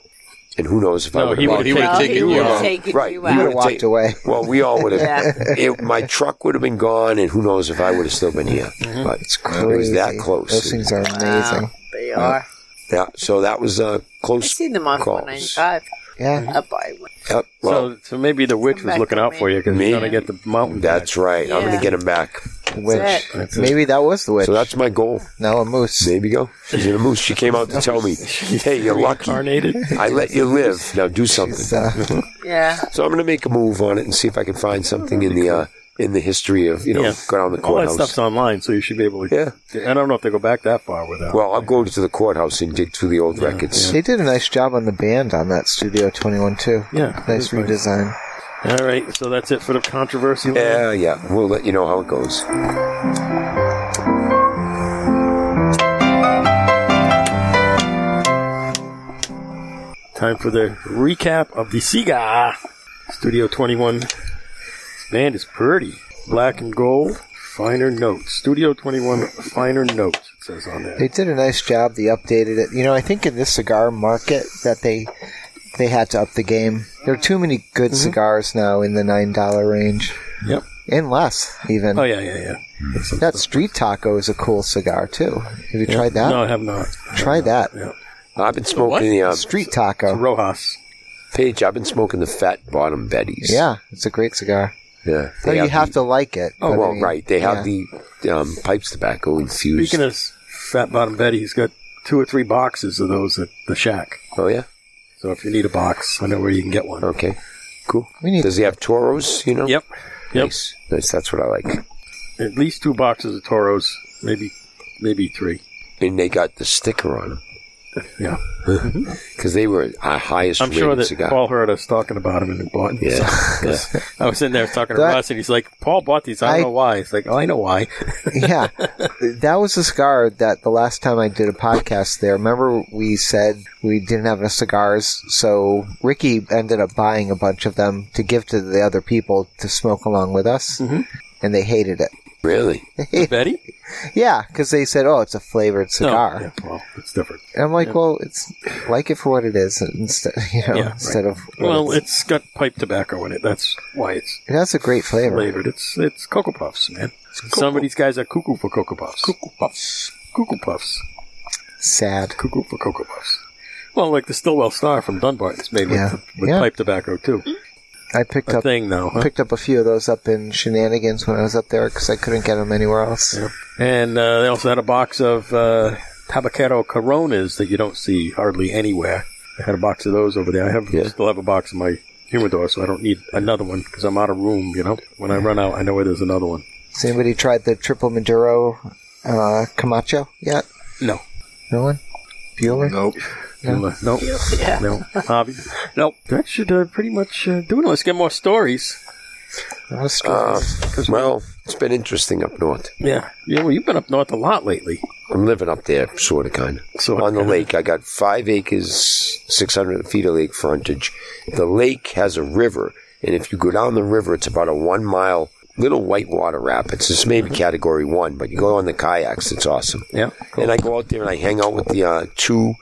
Speaker 6: And who knows if I
Speaker 1: No,
Speaker 6: would
Speaker 1: he
Speaker 6: have
Speaker 1: would've taken Well, he you would've
Speaker 2: (laughs)
Speaker 1: out.
Speaker 4: taken
Speaker 6: right?
Speaker 4: you
Speaker 6: he
Speaker 4: out.
Speaker 6: would've
Speaker 4: Would've
Speaker 3: walked
Speaker 6: taken-
Speaker 3: away.
Speaker 6: Well, we all would
Speaker 4: (laughs)
Speaker 6: have.
Speaker 4: Yeah.
Speaker 6: it, my truck would have been gone, and who knows if I would have still been here?
Speaker 1: Mm-hmm.
Speaker 6: But it's It was that
Speaker 3: Crazy.
Speaker 6: close.
Speaker 3: Those things are amazing.
Speaker 4: They
Speaker 6: Uh,
Speaker 4: are.
Speaker 6: yeah. So that was uh,
Speaker 4: I
Speaker 6: close.
Speaker 4: see them on Uh,
Speaker 6: calls.
Speaker 4: 495.
Speaker 3: Yeah.
Speaker 4: Up by one.
Speaker 6: Yep, well,
Speaker 1: so, so maybe the witch was
Speaker 4: back
Speaker 1: looking
Speaker 4: to
Speaker 1: out
Speaker 4: me.
Speaker 1: for you because
Speaker 6: Me?
Speaker 1: you're gonna get the mountain.
Speaker 6: that's right.
Speaker 4: Yeah.
Speaker 6: I'm going to get him back.
Speaker 3: Witch.
Speaker 1: That's it.
Speaker 3: Maybe that was the witch.
Speaker 6: So that's my goal.
Speaker 3: now a moose.
Speaker 6: There you go. She's in a moose. She came out to tell me, "Hey, you're lucky.
Speaker 1: Reincarnated.
Speaker 6: I let you live. Now do something."
Speaker 3: It's, uh,
Speaker 4: Yeah.
Speaker 6: So I'm going to make a move on it and see if I can find something in the uh, in the history of you know
Speaker 1: Yeah.
Speaker 6: go down the
Speaker 1: All that
Speaker 6: courthouse.
Speaker 1: stuff's online, so you should be able to.
Speaker 6: Yeah.
Speaker 1: I don't know if they go back that far without.
Speaker 6: Well, I'll go to the courthouse and dig through the old records.
Speaker 3: they did a nice job on the band on that Studio 21 too.
Speaker 1: Yeah,
Speaker 3: Nice
Speaker 1: it was
Speaker 3: redesign.
Speaker 1: all right. So that's it for the controversy.
Speaker 6: Yeah. yeah, We'll let you know how it goes.
Speaker 1: Time for the recap of the Sega Studio 21. This band is pretty. Black and gold, finer notes. Studio 21, finer notes, it says on there.
Speaker 3: They did a nice job. They updated it. You know, I think in this cigar market that they they had to up the game. There are too many good cigars now in the nine dollar range
Speaker 1: Yep.
Speaker 3: and less even.
Speaker 1: Oh, yeah, yeah, yeah. That's a-
Speaker 3: That street taco is a cool cigar too. Have you tried that?
Speaker 1: No, I have not.
Speaker 3: Try that
Speaker 1: Yeah.
Speaker 6: I've been smoking the um,
Speaker 3: street taco.
Speaker 1: Rojas.
Speaker 6: page. I've been smoking the Fat Bottom Betties.
Speaker 3: Yeah, it's a great cigar.
Speaker 6: yeah.
Speaker 3: No,
Speaker 6: They
Speaker 3: you have to
Speaker 6: the-
Speaker 3: like it. but
Speaker 6: Oh
Speaker 3: I
Speaker 6: well,
Speaker 3: mean,
Speaker 6: right. They have
Speaker 3: yeah.
Speaker 6: the um, pipes tobacco infused.
Speaker 1: Speaking of Fat Bottom Betty, he's got two or three boxes of those at the shack.
Speaker 6: oh yeah.
Speaker 11: So if you need a box, I know where you can get one.
Speaker 6: Okay. Cool. Does he have Toros? You know.
Speaker 1: Yep.
Speaker 6: Yep. Nice. Nice, That's what I like.
Speaker 11: At least two boxes of Toros, maybe maybe three.
Speaker 6: And they got the sticker on them. (laughs)
Speaker 11: Yeah.
Speaker 6: Because they were our highest
Speaker 1: I'm
Speaker 6: rated
Speaker 1: sure that
Speaker 6: cigar.
Speaker 11: Paul heard us talking about him and bought
Speaker 6: Yeah.
Speaker 1: (laughs)
Speaker 6: yeah.
Speaker 1: I was sitting there talking to
Speaker 3: That-
Speaker 1: Russ, and he's like, "Paul bought these. I don't
Speaker 3: I-
Speaker 1: know why." It's like, "Oh, I
Speaker 11: (laughs)
Speaker 1: know why."
Speaker 3: yeah, that was a cigar that the last time I did a podcast there. Remember, we said we didn't have enough cigars, so Ricky ended up buying a bunch of them to give to the other people to smoke along with us, and they hated it. (laughs)
Speaker 6: Really?
Speaker 1: Betty?
Speaker 3: Yeah, because they said, "Oh, it's a flavored cigar."
Speaker 11: Yeah, well, it's different.
Speaker 3: And I'm like,
Speaker 1: Yeah.
Speaker 3: well, it's like it for what it is instead, (laughs) you know,
Speaker 1: Yeah, right.
Speaker 3: instead of what
Speaker 11: Well,
Speaker 3: it's-
Speaker 11: it's got pipe tobacco in it. That's why it's
Speaker 3: it has a great flavor.
Speaker 11: flavored. It's it's Cocoa Puffs, man. Some of these guys are cuckoo for Cocoa Puffs. Cuckoo Puffs. Cuckoo Puffs.
Speaker 3: Sad.
Speaker 11: Cuckoo for Cocoa Puffs. Well, like the Stillwell Star from Dunbar, it's made with,
Speaker 3: Yeah.
Speaker 11: with
Speaker 3: Yeah.
Speaker 11: pipe tobacco too.
Speaker 3: I picked
Speaker 11: A
Speaker 3: up
Speaker 11: thing, though, huh?
Speaker 3: picked up a few of those up in Shenanigans when I was up there because I couldn't get them anywhere else.
Speaker 11: And uh, they also had a box of uh, Tabacero Coronas that you don't see hardly anywhere. I had a box of those over there. I have still have a box in my humidor, so I don't need another one because I'm out of room. You know, when I run out, I know where there's another one.
Speaker 3: Has anybody tried the triple Maduro uh, Camacho yet?
Speaker 11: No.
Speaker 3: No one. Bueller.
Speaker 11: Nope.
Speaker 3: No?
Speaker 11: Nope. No. Hobby. Nope. That should uh, pretty much uh, do it. Let's get more stories.
Speaker 6: Uh, well, it's been interesting up north.
Speaker 11: Yeah. Yeah. Well, you've been up north a lot lately.
Speaker 6: I'm living up there, sort of, kind of.
Speaker 11: Sorta,
Speaker 6: on the
Speaker 11: kinda.
Speaker 6: lake, I got five acres, 600 feet of lake frontage. The lake has a river, and if you go down the river, it's about a one mile little whitewater rapids. It's maybe category one, but you go on the kayaks, it's awesome.
Speaker 11: Yeah.
Speaker 6: And I go out there and I hang out with the uh, two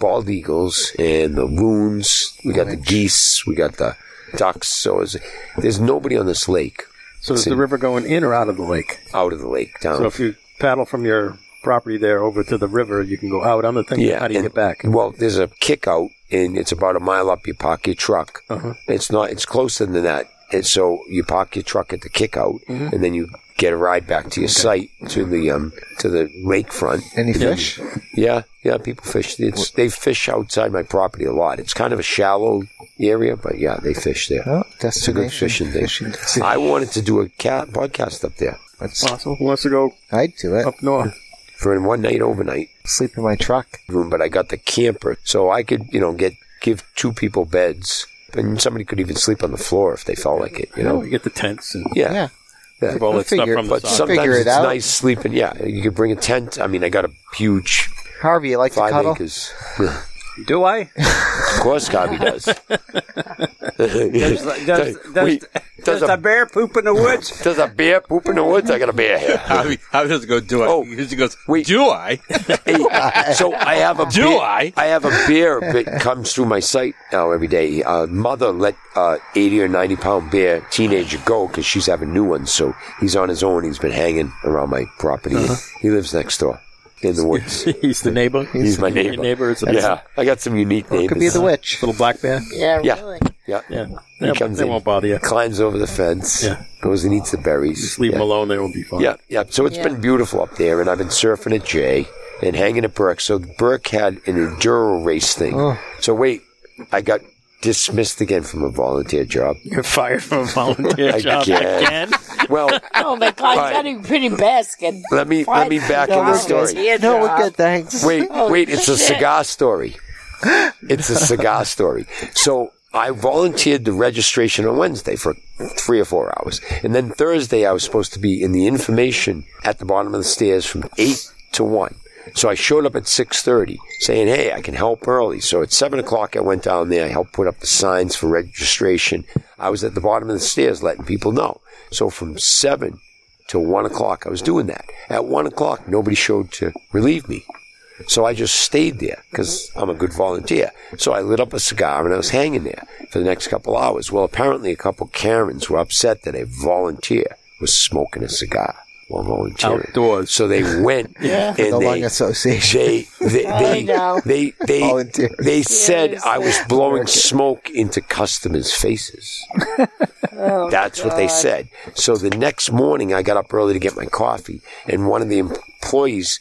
Speaker 6: bald eagles and the loons. We got the geese, we got the ducks. So it's, there's nobody on this lake.
Speaker 11: So is
Speaker 6: See.
Speaker 11: the river going in or out of the lake?
Speaker 6: Out of the lake, down.
Speaker 11: So if you paddle from your property there over to the river, you can go out on the thing. How do you
Speaker 6: and-
Speaker 11: get back?
Speaker 6: Well, there's a kick out, and it's about a mile up. You park your truck. It's not. It's closer than that. And so you park your truck at the kick out, and then you get a ride back to your site to the um to the lakefront.
Speaker 3: Any
Speaker 6: Yeah.
Speaker 3: fish?
Speaker 6: Yeah, yeah. People fish. It's, they fish outside my property a lot. It's kind of a shallow area, but yeah, they fish there.
Speaker 3: Oh,
Speaker 6: It's a good
Speaker 3: destination
Speaker 6: fishing thing. Uh, I wanted to do a cat podcast up there
Speaker 3: That's
Speaker 11: awesome. Who wants to go
Speaker 3: I'd do
Speaker 6: oh.
Speaker 3: it.
Speaker 11: up north?
Speaker 6: for one night overnight.
Speaker 3: Sleep in my truck.
Speaker 6: room, but I got the camper, so I could, you know, get give two people beds, and somebody could even sleep on the floor if they felt like it, you know.
Speaker 11: you get the tents and
Speaker 6: Yeah.
Speaker 3: Yeah.
Speaker 6: Yeah.
Speaker 1: Have all that stuff from the
Speaker 6: But
Speaker 1: side.
Speaker 6: sometimes
Speaker 3: Figure it
Speaker 6: it's
Speaker 3: out.
Speaker 6: nice sleeping. Yeah, you could bring a tent. I mean, I got a huge
Speaker 3: Harvey, you like to
Speaker 6: five
Speaker 3: cuddle?
Speaker 6: acres. (laughs) Yeah.
Speaker 10: Do I?
Speaker 6: of course, Cobby
Speaker 3: (laughs)
Speaker 6: does. (laughs)
Speaker 10: Does,
Speaker 6: does,
Speaker 10: does, does,
Speaker 6: Wait,
Speaker 10: does
Speaker 6: does
Speaker 10: the
Speaker 6: a
Speaker 10: bear poop in the woods?
Speaker 6: does a bear poop in the woods? I got a bear here.
Speaker 2: Javi, Javi doesn't go, do I?
Speaker 6: Oh.
Speaker 2: he just goes,
Speaker 6: Wait.
Speaker 2: do I? (laughs)
Speaker 1: (laughs)
Speaker 6: Hey, so I have a
Speaker 2: Do
Speaker 6: beer-
Speaker 2: I?
Speaker 6: I have a bear that comes through my site now every day. Uh, mother let uh, eighty or ninety pound bear teenager go because she's having new ones. So he's on his own. He's been hanging around my property.
Speaker 1: Uh-huh.
Speaker 6: He lives next door in the woods.
Speaker 1: (laughs) (laughs) he's the neighbor.
Speaker 6: He's my
Speaker 1: Your
Speaker 6: neighbor.
Speaker 1: neighbor is a
Speaker 6: yeah, I got some unique neighbors.
Speaker 3: Could be the witch.
Speaker 1: little black bear.
Speaker 4: Yeah,
Speaker 6: Yeah.
Speaker 4: really.
Speaker 6: Yeah,
Speaker 1: Yeah,
Speaker 6: He
Speaker 1: yeah
Speaker 6: comes
Speaker 1: they
Speaker 6: in.
Speaker 1: won't bother you.
Speaker 6: climbs over the fence.
Speaker 1: Yeah.
Speaker 6: goes and eats the berries.
Speaker 1: Just leave
Speaker 6: yeah.
Speaker 1: them alone; they will be fine.
Speaker 6: Yeah, yeah. So it's
Speaker 4: Yeah.
Speaker 6: been beautiful up there, and I've been surfing at Jay and hanging at Burke. So Burke had an enduro race thing. So wait, I got dismissed again from a volunteer job.
Speaker 1: You're fired from a volunteer job again.
Speaker 6: Again. Well,
Speaker 4: Oh my God,
Speaker 6: Right.
Speaker 4: you got a pretty basket.
Speaker 6: let me let me back in the story.
Speaker 3: No, Oh, we're good, thanks.
Speaker 6: Wait, wait. It's a cigar story. It's a cigar story. So I volunteered the registration on Wednesday for three or four hours, and then Thursday I was supposed to be in the information at the bottom of the stairs from eight to one. So I showed up at six thirty, saying, "Hey, I can help early." So at seven o'clock, I went down there. I helped put up the signs for registration. I was at the bottom of the stairs, letting people know. So from seven till one o'clock, I was doing that. At one o'clock, nobody showed to relieve me. So I just stayed there because I'm a good volunteer. So I lit up a cigar and I was hanging there for the next couple hours. Well, apparently a couple Karens were upset that a volunteer was smoking a cigar while volunteering.
Speaker 1: Outdoors.
Speaker 6: So they
Speaker 3: (laughs)
Speaker 6: went and
Speaker 3: the
Speaker 6: they,
Speaker 3: Lung Association.
Speaker 6: they they
Speaker 3: (laughs)
Speaker 6: they
Speaker 4: know.
Speaker 6: they they,
Speaker 3: Volunteers.
Speaker 6: they said I was blowing smoke into customers' faces. That's what they said. So the next morning, I got up early to get my coffee, and one of the employees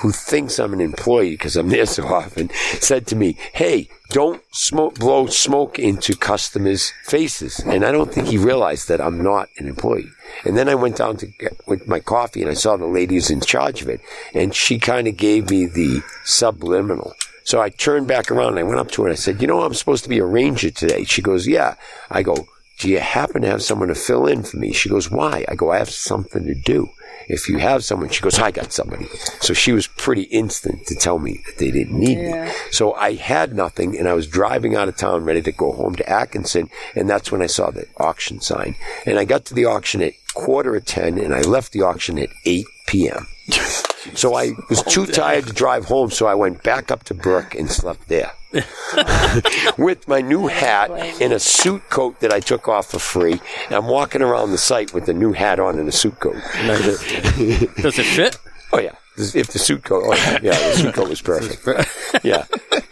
Speaker 6: who thinks I'm an employee because I'm there so often, said to me, "Hey, don't smoke blow smoke into customers' faces." And I don't think he realized that I'm not an employee. And then I went down to get with my coffee, and I saw the lady who's in charge of it, and she kind of gave me the subliminal. So I turned back around and I went up to her and I said, You know, I'm supposed to be a ranger today. She goes, Yeah. I go, Do you happen to have someone to fill in for me? She goes, Why? I go, I have something to do. If you have someone, she goes, I got somebody. So she was pretty instant to tell me that they didn't need me. So I had nothing and I was driving out of town ready to go home to Atkinson. And that's when I saw the auction sign. And I got to the auction at quarter to 10 and I left the auction at 8 p.m. So I
Speaker 1: (laughs)
Speaker 6: was too tired to drive home, so I went back up to Burke and slept
Speaker 1: (laughs)
Speaker 6: there with my new hat and a suit coat that I took off for free. And I'm walking around the site with the new hat on and a suit coat.
Speaker 1: Does it fit?
Speaker 6: Oh yeah. If the suit coat, oh, yeah, yeah, the suit coat was perfect. yeah,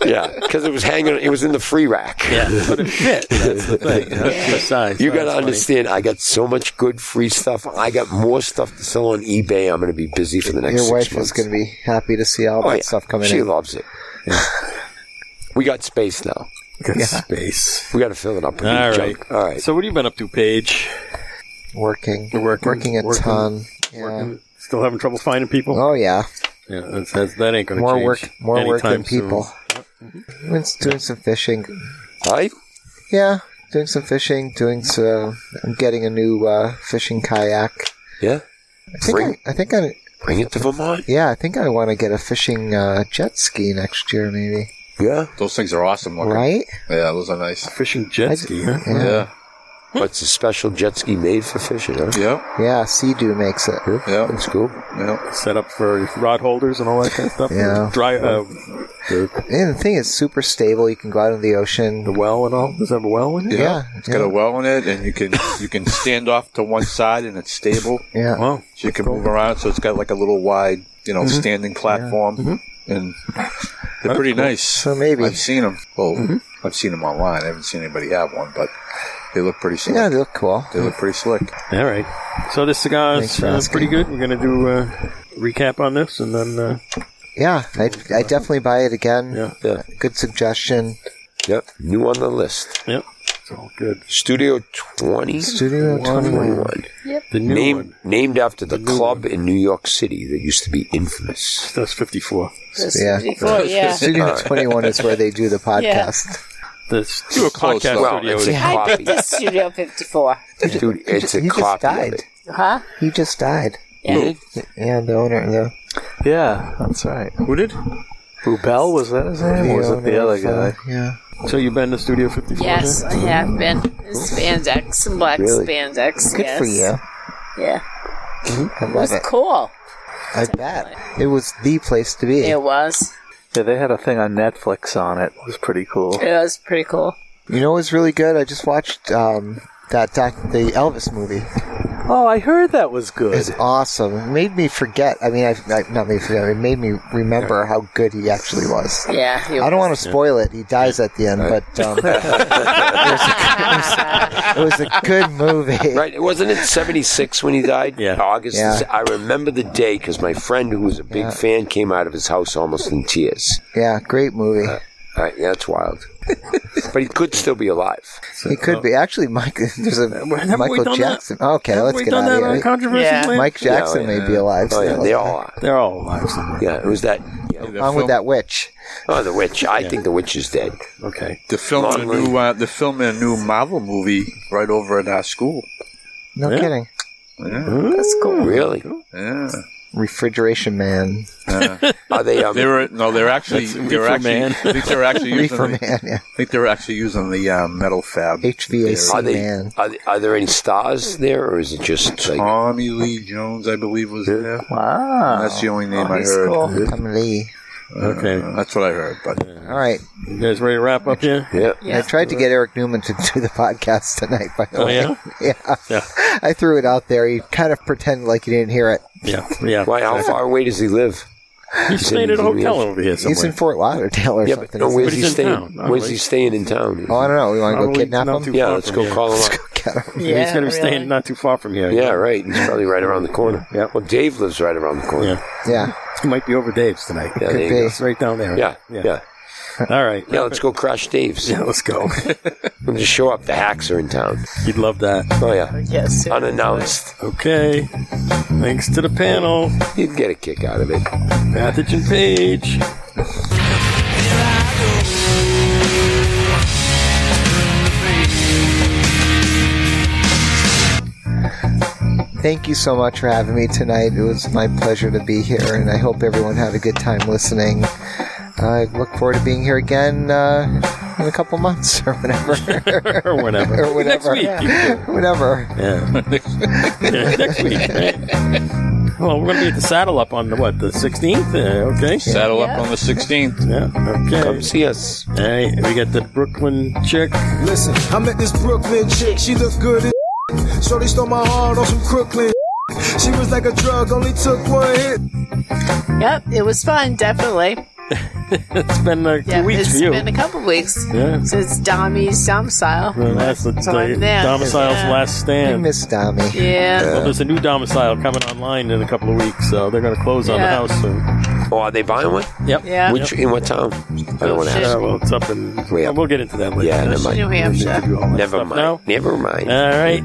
Speaker 6: yeah, because it was hanging. It was in the free rack.
Speaker 1: Yeah, but it
Speaker 6: (laughs)
Speaker 1: fit. That's the thing. That's the size.
Speaker 6: You got
Speaker 1: That's
Speaker 6: to
Speaker 1: funny.
Speaker 6: understand. I got so much good free stuff. I got more stuff to sell on eBay. I'm going to be busy for the next.
Speaker 3: Your
Speaker 6: six
Speaker 3: wife
Speaker 6: months.
Speaker 3: is going to be happy to see all
Speaker 6: Oh,
Speaker 3: that
Speaker 6: yeah.
Speaker 3: stuff coming
Speaker 6: she
Speaker 3: in.
Speaker 6: loves it. (laughs) we got space now. We got space. We got to fill it up. With
Speaker 1: All
Speaker 6: new
Speaker 1: right.
Speaker 6: junk. All right.
Speaker 1: So what have you been up to, Paige?
Speaker 3: Working.
Speaker 1: Working.
Speaker 3: Working a ton.
Speaker 1: Working. Still having trouble finding people? Oh,
Speaker 3: yeah.
Speaker 1: Yeah, that's, that's, that ain't going to
Speaker 3: More
Speaker 1: change
Speaker 3: work, more work than
Speaker 1: anytime soon.
Speaker 3: people. Went doing some fishing.
Speaker 6: Hi.
Speaker 3: Yeah, doing some fishing. Doing some. I'm getting a new uh, fishing kayak.
Speaker 6: Yeah.
Speaker 3: I think
Speaker 6: Bring-
Speaker 3: I, I think I.
Speaker 6: Bring it to
Speaker 3: (laughs)
Speaker 6: Vermont.
Speaker 3: Yeah, I think I want to get a fishing uh, jet ski next year, maybe.
Speaker 6: Yeah.
Speaker 2: Those things are awesome looking.
Speaker 3: Right?
Speaker 2: Yeah, those are nice.
Speaker 11: Fishing jet
Speaker 3: I-
Speaker 11: ski,
Speaker 3: huh? yeah.
Speaker 2: Yeah.
Speaker 6: What's a special jet ski made for fishing? Huh?
Speaker 2: Yeah.
Speaker 3: Yeah, Sea-Doo makes it.
Speaker 2: Yeah.
Speaker 6: That's cool.
Speaker 2: Yeah.
Speaker 11: Set up for rod holders and all that kind of stuff.
Speaker 3: Yeah.
Speaker 11: Dry. Uh,
Speaker 3: And the thing is super stable. You can go out in the ocean. The
Speaker 11: well and all. Does it have a well in
Speaker 3: it? Yeah.
Speaker 2: It's got a well in it, and you
Speaker 3: (laughs)
Speaker 2: can you can stand off to one side, and it's stable.
Speaker 3: Yeah.
Speaker 2: So you can move around. So it's got like a little wide, you know,
Speaker 3: Mhm.
Speaker 2: standing platform,
Speaker 3: Mm-hmm.
Speaker 2: and they're pretty nice. So
Speaker 3: maybe Mm-hmm.
Speaker 2: I've seen them. Well, I've seen them online. I haven't seen anybody have one, but they look pretty slick.
Speaker 3: Yeah, they look cool.
Speaker 2: They look pretty slick.
Speaker 1: All right. So this cigar
Speaker 3: Thanks
Speaker 1: is
Speaker 3: for
Speaker 1: uh,
Speaker 3: asking.
Speaker 1: pretty good. We're going to do a recap on this, and then uh,
Speaker 3: Yeah, I I definitely buy it again. Yeah.
Speaker 6: yeah.
Speaker 3: Good suggestion.
Speaker 6: Yep. New on the list.
Speaker 1: Yep. It's all good.
Speaker 6: Studio 20.
Speaker 3: Studio 21.
Speaker 6: Yep.
Speaker 1: The new
Speaker 6: Name,
Speaker 1: one.
Speaker 6: Named after the, club in New York City that used to be infamous.
Speaker 11: That's 54.
Speaker 4: That's 54, yeah.
Speaker 6: (laughs)
Speaker 3: Studio
Speaker 6: All (laughs) right.
Speaker 3: 21 is where they do the podcast.
Speaker 1: This
Speaker 6: Do a
Speaker 1: podcast
Speaker 6: close, though.
Speaker 1: studio.
Speaker 6: Well, it's a
Speaker 1: is-
Speaker 6: cop-
Speaker 4: I did this Studio 54.
Speaker 6: Dude, it's a
Speaker 3: He just
Speaker 6: copy of
Speaker 3: died.
Speaker 6: it.
Speaker 4: Huh?
Speaker 3: He just died.
Speaker 4: Yeah.
Speaker 3: Yeah, the owner. The,
Speaker 7: Yeah, that's right.
Speaker 1: Who did?
Speaker 7: Who Bell was that his name? Or was it the other
Speaker 3: owner
Speaker 7: guy?
Speaker 3: of, uh, yeah.
Speaker 1: So you've been to Studio 54?
Speaker 4: Yes, I have been. Spandex, some black
Speaker 3: Really?
Speaker 4: spandex.
Speaker 3: Good
Speaker 4: yes.
Speaker 3: for you.
Speaker 4: Yeah.
Speaker 3: I
Speaker 4: It was
Speaker 3: love it.
Speaker 4: cool.
Speaker 3: I bet. It was the place to be.
Speaker 4: It was.
Speaker 7: Yeah, they had a thing on Netflix on it. It was pretty cool.
Speaker 4: It was pretty cool.
Speaker 3: You know what was really good? I just watched um, that doc, the Elvis movie.
Speaker 7: Oh, I heard that was good.
Speaker 3: It's awesome. It made me forget. I mean, I, I not made me forget. It made me remember how good he actually was.
Speaker 4: Yeah. he
Speaker 3: I don't want
Speaker 4: was.
Speaker 3: to spoil it. He dies at the end, but um, it, was a, it was a good movie.
Speaker 6: (laughs) Right, wasn't it 76 when he died? Yeah. August.
Speaker 3: Yeah.
Speaker 6: I remember the day because my friend who was a big fan came out of his house almost in tears.
Speaker 3: Yeah, great movie.
Speaker 6: All right, yeah, that's wild. but he could still be alive.
Speaker 3: He could be actually Mike. There's a
Speaker 1: we
Speaker 3: Michael
Speaker 1: done
Speaker 3: Jackson. Okay, let's
Speaker 1: we
Speaker 3: get
Speaker 1: done
Speaker 3: out
Speaker 1: that
Speaker 3: of
Speaker 1: on
Speaker 3: here.
Speaker 1: controversy
Speaker 4: Yeah.
Speaker 1: land?
Speaker 3: Mike Jackson
Speaker 6: Oh, Yeah,
Speaker 3: may be alive.
Speaker 6: Oh, yeah,
Speaker 3: still.
Speaker 6: they all are.
Speaker 1: They're all alive. somewhere.
Speaker 6: Yeah, it was that.
Speaker 3: Along with that witch.
Speaker 6: Oh, the witch. I think the witch is dead.
Speaker 1: Okay.
Speaker 2: They're filming a new uh, they're filming a new Marvel movie right over at our school.
Speaker 3: No
Speaker 1: Yeah.
Speaker 3: kidding.
Speaker 2: Yeah.
Speaker 4: That's cool.
Speaker 6: Really?
Speaker 2: yeah.
Speaker 3: Refrigeration Man.
Speaker 2: Yeah.
Speaker 6: Are they? Um,
Speaker 2: they were no, they're actually
Speaker 1: That's
Speaker 2: they're
Speaker 1: Reefer
Speaker 2: actually
Speaker 1: Man.
Speaker 2: I think they're actually using
Speaker 3: (laughs) Reefer
Speaker 2: the,
Speaker 3: Man.
Speaker 1: (laughs)
Speaker 3: Yeah.
Speaker 2: I think they're actually using the uh, metal fab.
Speaker 3: HVAC
Speaker 6: are they?
Speaker 3: Man.
Speaker 6: Are, they- are there any stars there, or is it just like?
Speaker 2: Tommy Lee Jones, I believe, was there.
Speaker 7: Wow.
Speaker 2: That's the only name I
Speaker 7: he's
Speaker 2: heard.
Speaker 7: cool.
Speaker 3: Tommy Lee.
Speaker 1: Okay.
Speaker 2: Uh, that's what I heard. But
Speaker 3: All right.
Speaker 1: You guys ready to wrap up here?
Speaker 6: Yeah.
Speaker 4: Yeah.
Speaker 3: I tried to get Eric Newman to do the podcast tonight, by the
Speaker 1: Oh,
Speaker 3: way.
Speaker 1: yeah?
Speaker 3: (laughs) yeah.
Speaker 1: Yeah.
Speaker 3: I threw it out there. He kind of pretended like he didn't hear it.
Speaker 1: Yeah. (laughs) Yeah.
Speaker 6: Why? How far away does he live?
Speaker 1: He's staying at a hotel over here
Speaker 3: He's in
Speaker 1: somewhere.
Speaker 3: Fort Lauderdale or
Speaker 6: Yeah, but
Speaker 3: something.
Speaker 6: no,
Speaker 3: isn't he?
Speaker 6: where's
Speaker 1: But
Speaker 6: he
Speaker 1: he's in
Speaker 6: staying?
Speaker 1: town. Not
Speaker 6: Where's
Speaker 1: really.
Speaker 6: he staying in town?
Speaker 3: oh, I don't know. We want to go
Speaker 1: Probably
Speaker 3: kidnap
Speaker 1: not
Speaker 3: him?
Speaker 1: too
Speaker 6: Yeah,
Speaker 1: far
Speaker 6: let's
Speaker 1: from
Speaker 6: go
Speaker 1: here.
Speaker 6: call him
Speaker 3: Let's
Speaker 6: up.
Speaker 3: go (laughs) get him.
Speaker 4: Yeah,
Speaker 1: He's going to be
Speaker 4: really.
Speaker 1: staying not too far from here.
Speaker 6: Yeah, right. He's probably right around the corner.
Speaker 1: Yeah.
Speaker 6: Well, Dave lives right around the corner.
Speaker 1: Yeah.
Speaker 3: Yeah.
Speaker 1: It might be over Dave's tonight.
Speaker 6: Yeah, Could there you be. go.
Speaker 1: It's right down there. (laughs)
Speaker 6: Yeah, yeah.
Speaker 1: All right.
Speaker 6: Yeah, let's go crash Dave's.
Speaker 1: Yeah, let's go. (laughs)
Speaker 6: We'll just show up. The hacks are in town.
Speaker 1: You'd love that.
Speaker 6: Oh, yeah.
Speaker 4: Yes.
Speaker 6: Unannounced.
Speaker 1: Okay. Thanks to the panel.
Speaker 6: You'd get a kick out of it.
Speaker 1: Pathogen Page.
Speaker 3: Thank you so much for having me tonight. It was my pleasure to be here, and I hope everyone had a good time listening. I look forward to being here again uh, in a couple months (laughs) or whenever.
Speaker 1: (laughs) or whenever.
Speaker 3: or whenever.
Speaker 1: Next week.
Speaker 3: Yeah. Whenever.
Speaker 1: Yeah. (laughs) Yeah, Next week. right. Well, we're going to be at the Saddle Up on the, what, the 16th? Uh, okay.
Speaker 2: Saddle up on the 16th.
Speaker 1: Yeah. Okay.
Speaker 6: Come see us.
Speaker 1: All right. We got the Brooklyn chick.
Speaker 5: Listen, I met this Brooklyn chick. She looked good as so they stole my heart on some Crooklyn. She was like a drug, only took one hit.
Speaker 4: Yep, it was fun, definitely.
Speaker 1: it's been uh, two
Speaker 4: Yeah,
Speaker 1: weeks
Speaker 4: it's
Speaker 1: for you.
Speaker 4: been a couple weeks
Speaker 1: Yeah.
Speaker 4: since Dommy's domicile.
Speaker 1: The last, the,
Speaker 4: I'm there.
Speaker 1: domicile's
Speaker 4: Yeah.
Speaker 1: last
Speaker 3: I
Speaker 1: stand.
Speaker 3: miss Tommy.
Speaker 4: Yeah.
Speaker 1: Well, there's a new domicile coming online in a couple of weeks, so they're going to close on the
Speaker 4: Yeah.
Speaker 1: house soon.
Speaker 6: Oh, are they buying one?
Speaker 1: Yep.
Speaker 4: Yeah.
Speaker 6: Which in what town? I don't want to
Speaker 1: Uh,
Speaker 6: ask.
Speaker 1: well, it's up in.
Speaker 6: Way up.
Speaker 1: We'll get into that later.
Speaker 6: Yeah, never mind.
Speaker 4: New Hampshire.
Speaker 6: Never
Speaker 1: stuff
Speaker 6: mind.
Speaker 1: now.
Speaker 6: Never mind.
Speaker 1: All right.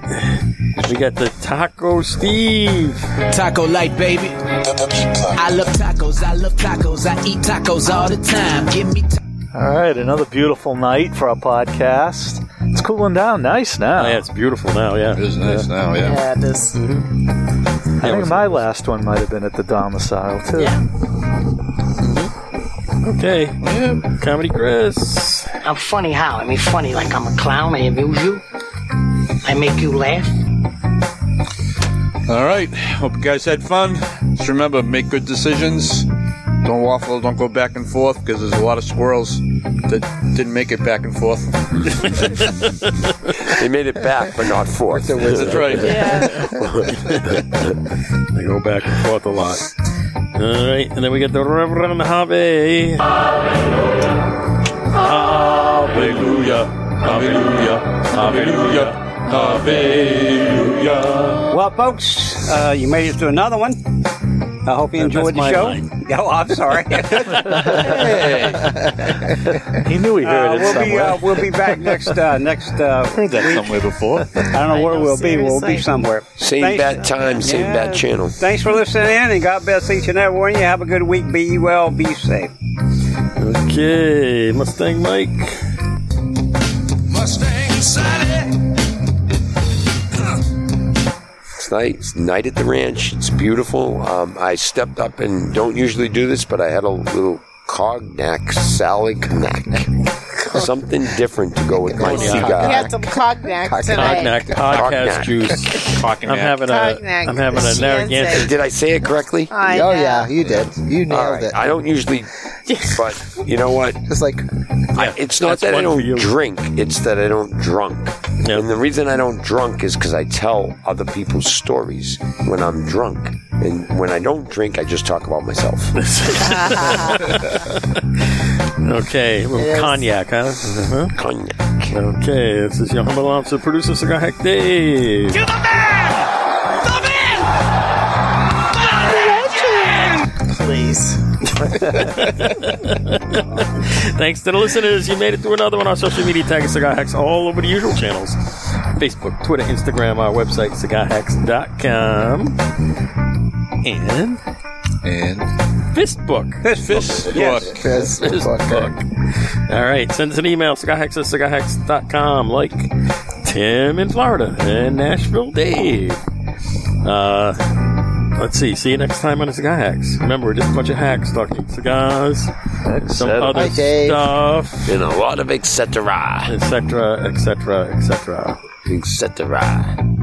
Speaker 1: We got the Taco Steve.
Speaker 9: Taco light, baby. I love tacos. I love tacos. I eat tacos all the time. Give me. Ta-
Speaker 12: All right, another beautiful night for our podcast. It's cooling down nice now.
Speaker 1: Oh, yeah, it's beautiful now.
Speaker 2: It
Speaker 1: Yeah.
Speaker 2: is nice now, yeah.
Speaker 4: Yeah, it is.
Speaker 12: I think my last one might have been at the domicile too.
Speaker 4: Yeah.
Speaker 1: (laughs) Okay. Comedy Chris.
Speaker 13: I'm funny how? I mean, funny like I'm a clown. I amuse you. I make you laugh.
Speaker 2: All right. Hope you guys had fun. Just remember, make good decisions. Don't waffle. Don't go back and forth because there's a lot of squirrels that didn't make it back and forth.
Speaker 6: They made it back, but not forth.
Speaker 2: That's right.
Speaker 4: Yeah.
Speaker 1: They go back and forth a lot. All right, and then we got the Reverend Harvey.
Speaker 2: Hallelujah. Hallelujah. Hallelujah. Hallelujah.
Speaker 10: Well, folks, uh, you made it to another one. I hope you
Speaker 1: That-
Speaker 10: enjoyed
Speaker 1: that's my
Speaker 10: the show.
Speaker 1: line.
Speaker 10: (laughs) Oh, I'm sorry.
Speaker 12: He knew he heard
Speaker 10: Uh,
Speaker 12: it
Speaker 10: we'll, be,
Speaker 12: somewhere.
Speaker 10: uh, we'll be back next uh, next. Uh,
Speaker 2: Heard that somewhere before.
Speaker 10: I don't know where
Speaker 4: know,
Speaker 10: we'll be. We'll be
Speaker 4: seriously.
Speaker 10: somewhere.
Speaker 6: (laughs) Same
Speaker 10: Thanks-
Speaker 6: bad time, same
Speaker 10: Yeah.
Speaker 6: bad channel.
Speaker 10: Thanks for listening in, and God bless each and every one of you. Have a good week. Be well. Be safe.
Speaker 1: Okay, Mustang Mike.
Speaker 6: It's night, it's night at the ranch. It's beautiful. Um, I stepped up and don't usually do this, but I had a little cognac, salad
Speaker 1: (laughs)
Speaker 6: knack. Something different to go with my
Speaker 4: We
Speaker 6: cigar.
Speaker 4: had some cognac tonight.
Speaker 1: Cognac podcast
Speaker 6: Cognac.
Speaker 1: juice.
Speaker 2: Talking
Speaker 1: I'm having a.
Speaker 4: Cognac.
Speaker 1: am having a
Speaker 4: She
Speaker 1: Narragansett.
Speaker 4: is
Speaker 6: Did I say it correctly?
Speaker 4: I
Speaker 3: Oh,
Speaker 4: know.
Speaker 3: yeah, you did. You nailed
Speaker 6: All right.
Speaker 3: it.
Speaker 6: I
Speaker 1: (laughs)
Speaker 6: don't usually, but you know what?
Speaker 3: Just like,
Speaker 6: I, it's not
Speaker 1: that's
Speaker 6: that I
Speaker 1: one for
Speaker 6: don't
Speaker 1: you.
Speaker 4: (laughs)
Speaker 6: drink. It's that I don't drunk.
Speaker 1: Yeah.
Speaker 6: And the reason I don't drunk is because I tell other people's stories when I'm drunk. And when I don't drink, I just talk
Speaker 1: (laughs)
Speaker 6: about myself.
Speaker 1: (laughs) Okay, well,
Speaker 4: Yes.
Speaker 1: cognac, huh? Uh-huh.
Speaker 6: Cognac.
Speaker 1: Okay, this is your humble officer, producer, Cigar Hack Dave.
Speaker 4: Please.
Speaker 1: Thanks to the listeners. You made it through another one on social media. Tag us Cigar Hacks all over the usual channels Facebook, Twitter, Instagram, our website, cigarhacks.com. And
Speaker 2: And
Speaker 1: Fistbook.
Speaker 10: Fist, fist, yes.
Speaker 3: this fucker.
Speaker 1: All right, send us an email, cigarhacks at cigarhacks.com, like Tim in Florida and Nashville Dave. Uh, let's see. See you next time on the Cigar Hacks. Remember, we're just a bunch of hacks talking cigars, some
Speaker 12: Said-
Speaker 1: other
Speaker 3: Hi, Dave.
Speaker 1: stuff,
Speaker 6: And a lot of et cetera.
Speaker 1: etc., etc., etc.
Speaker 6: Et cetera.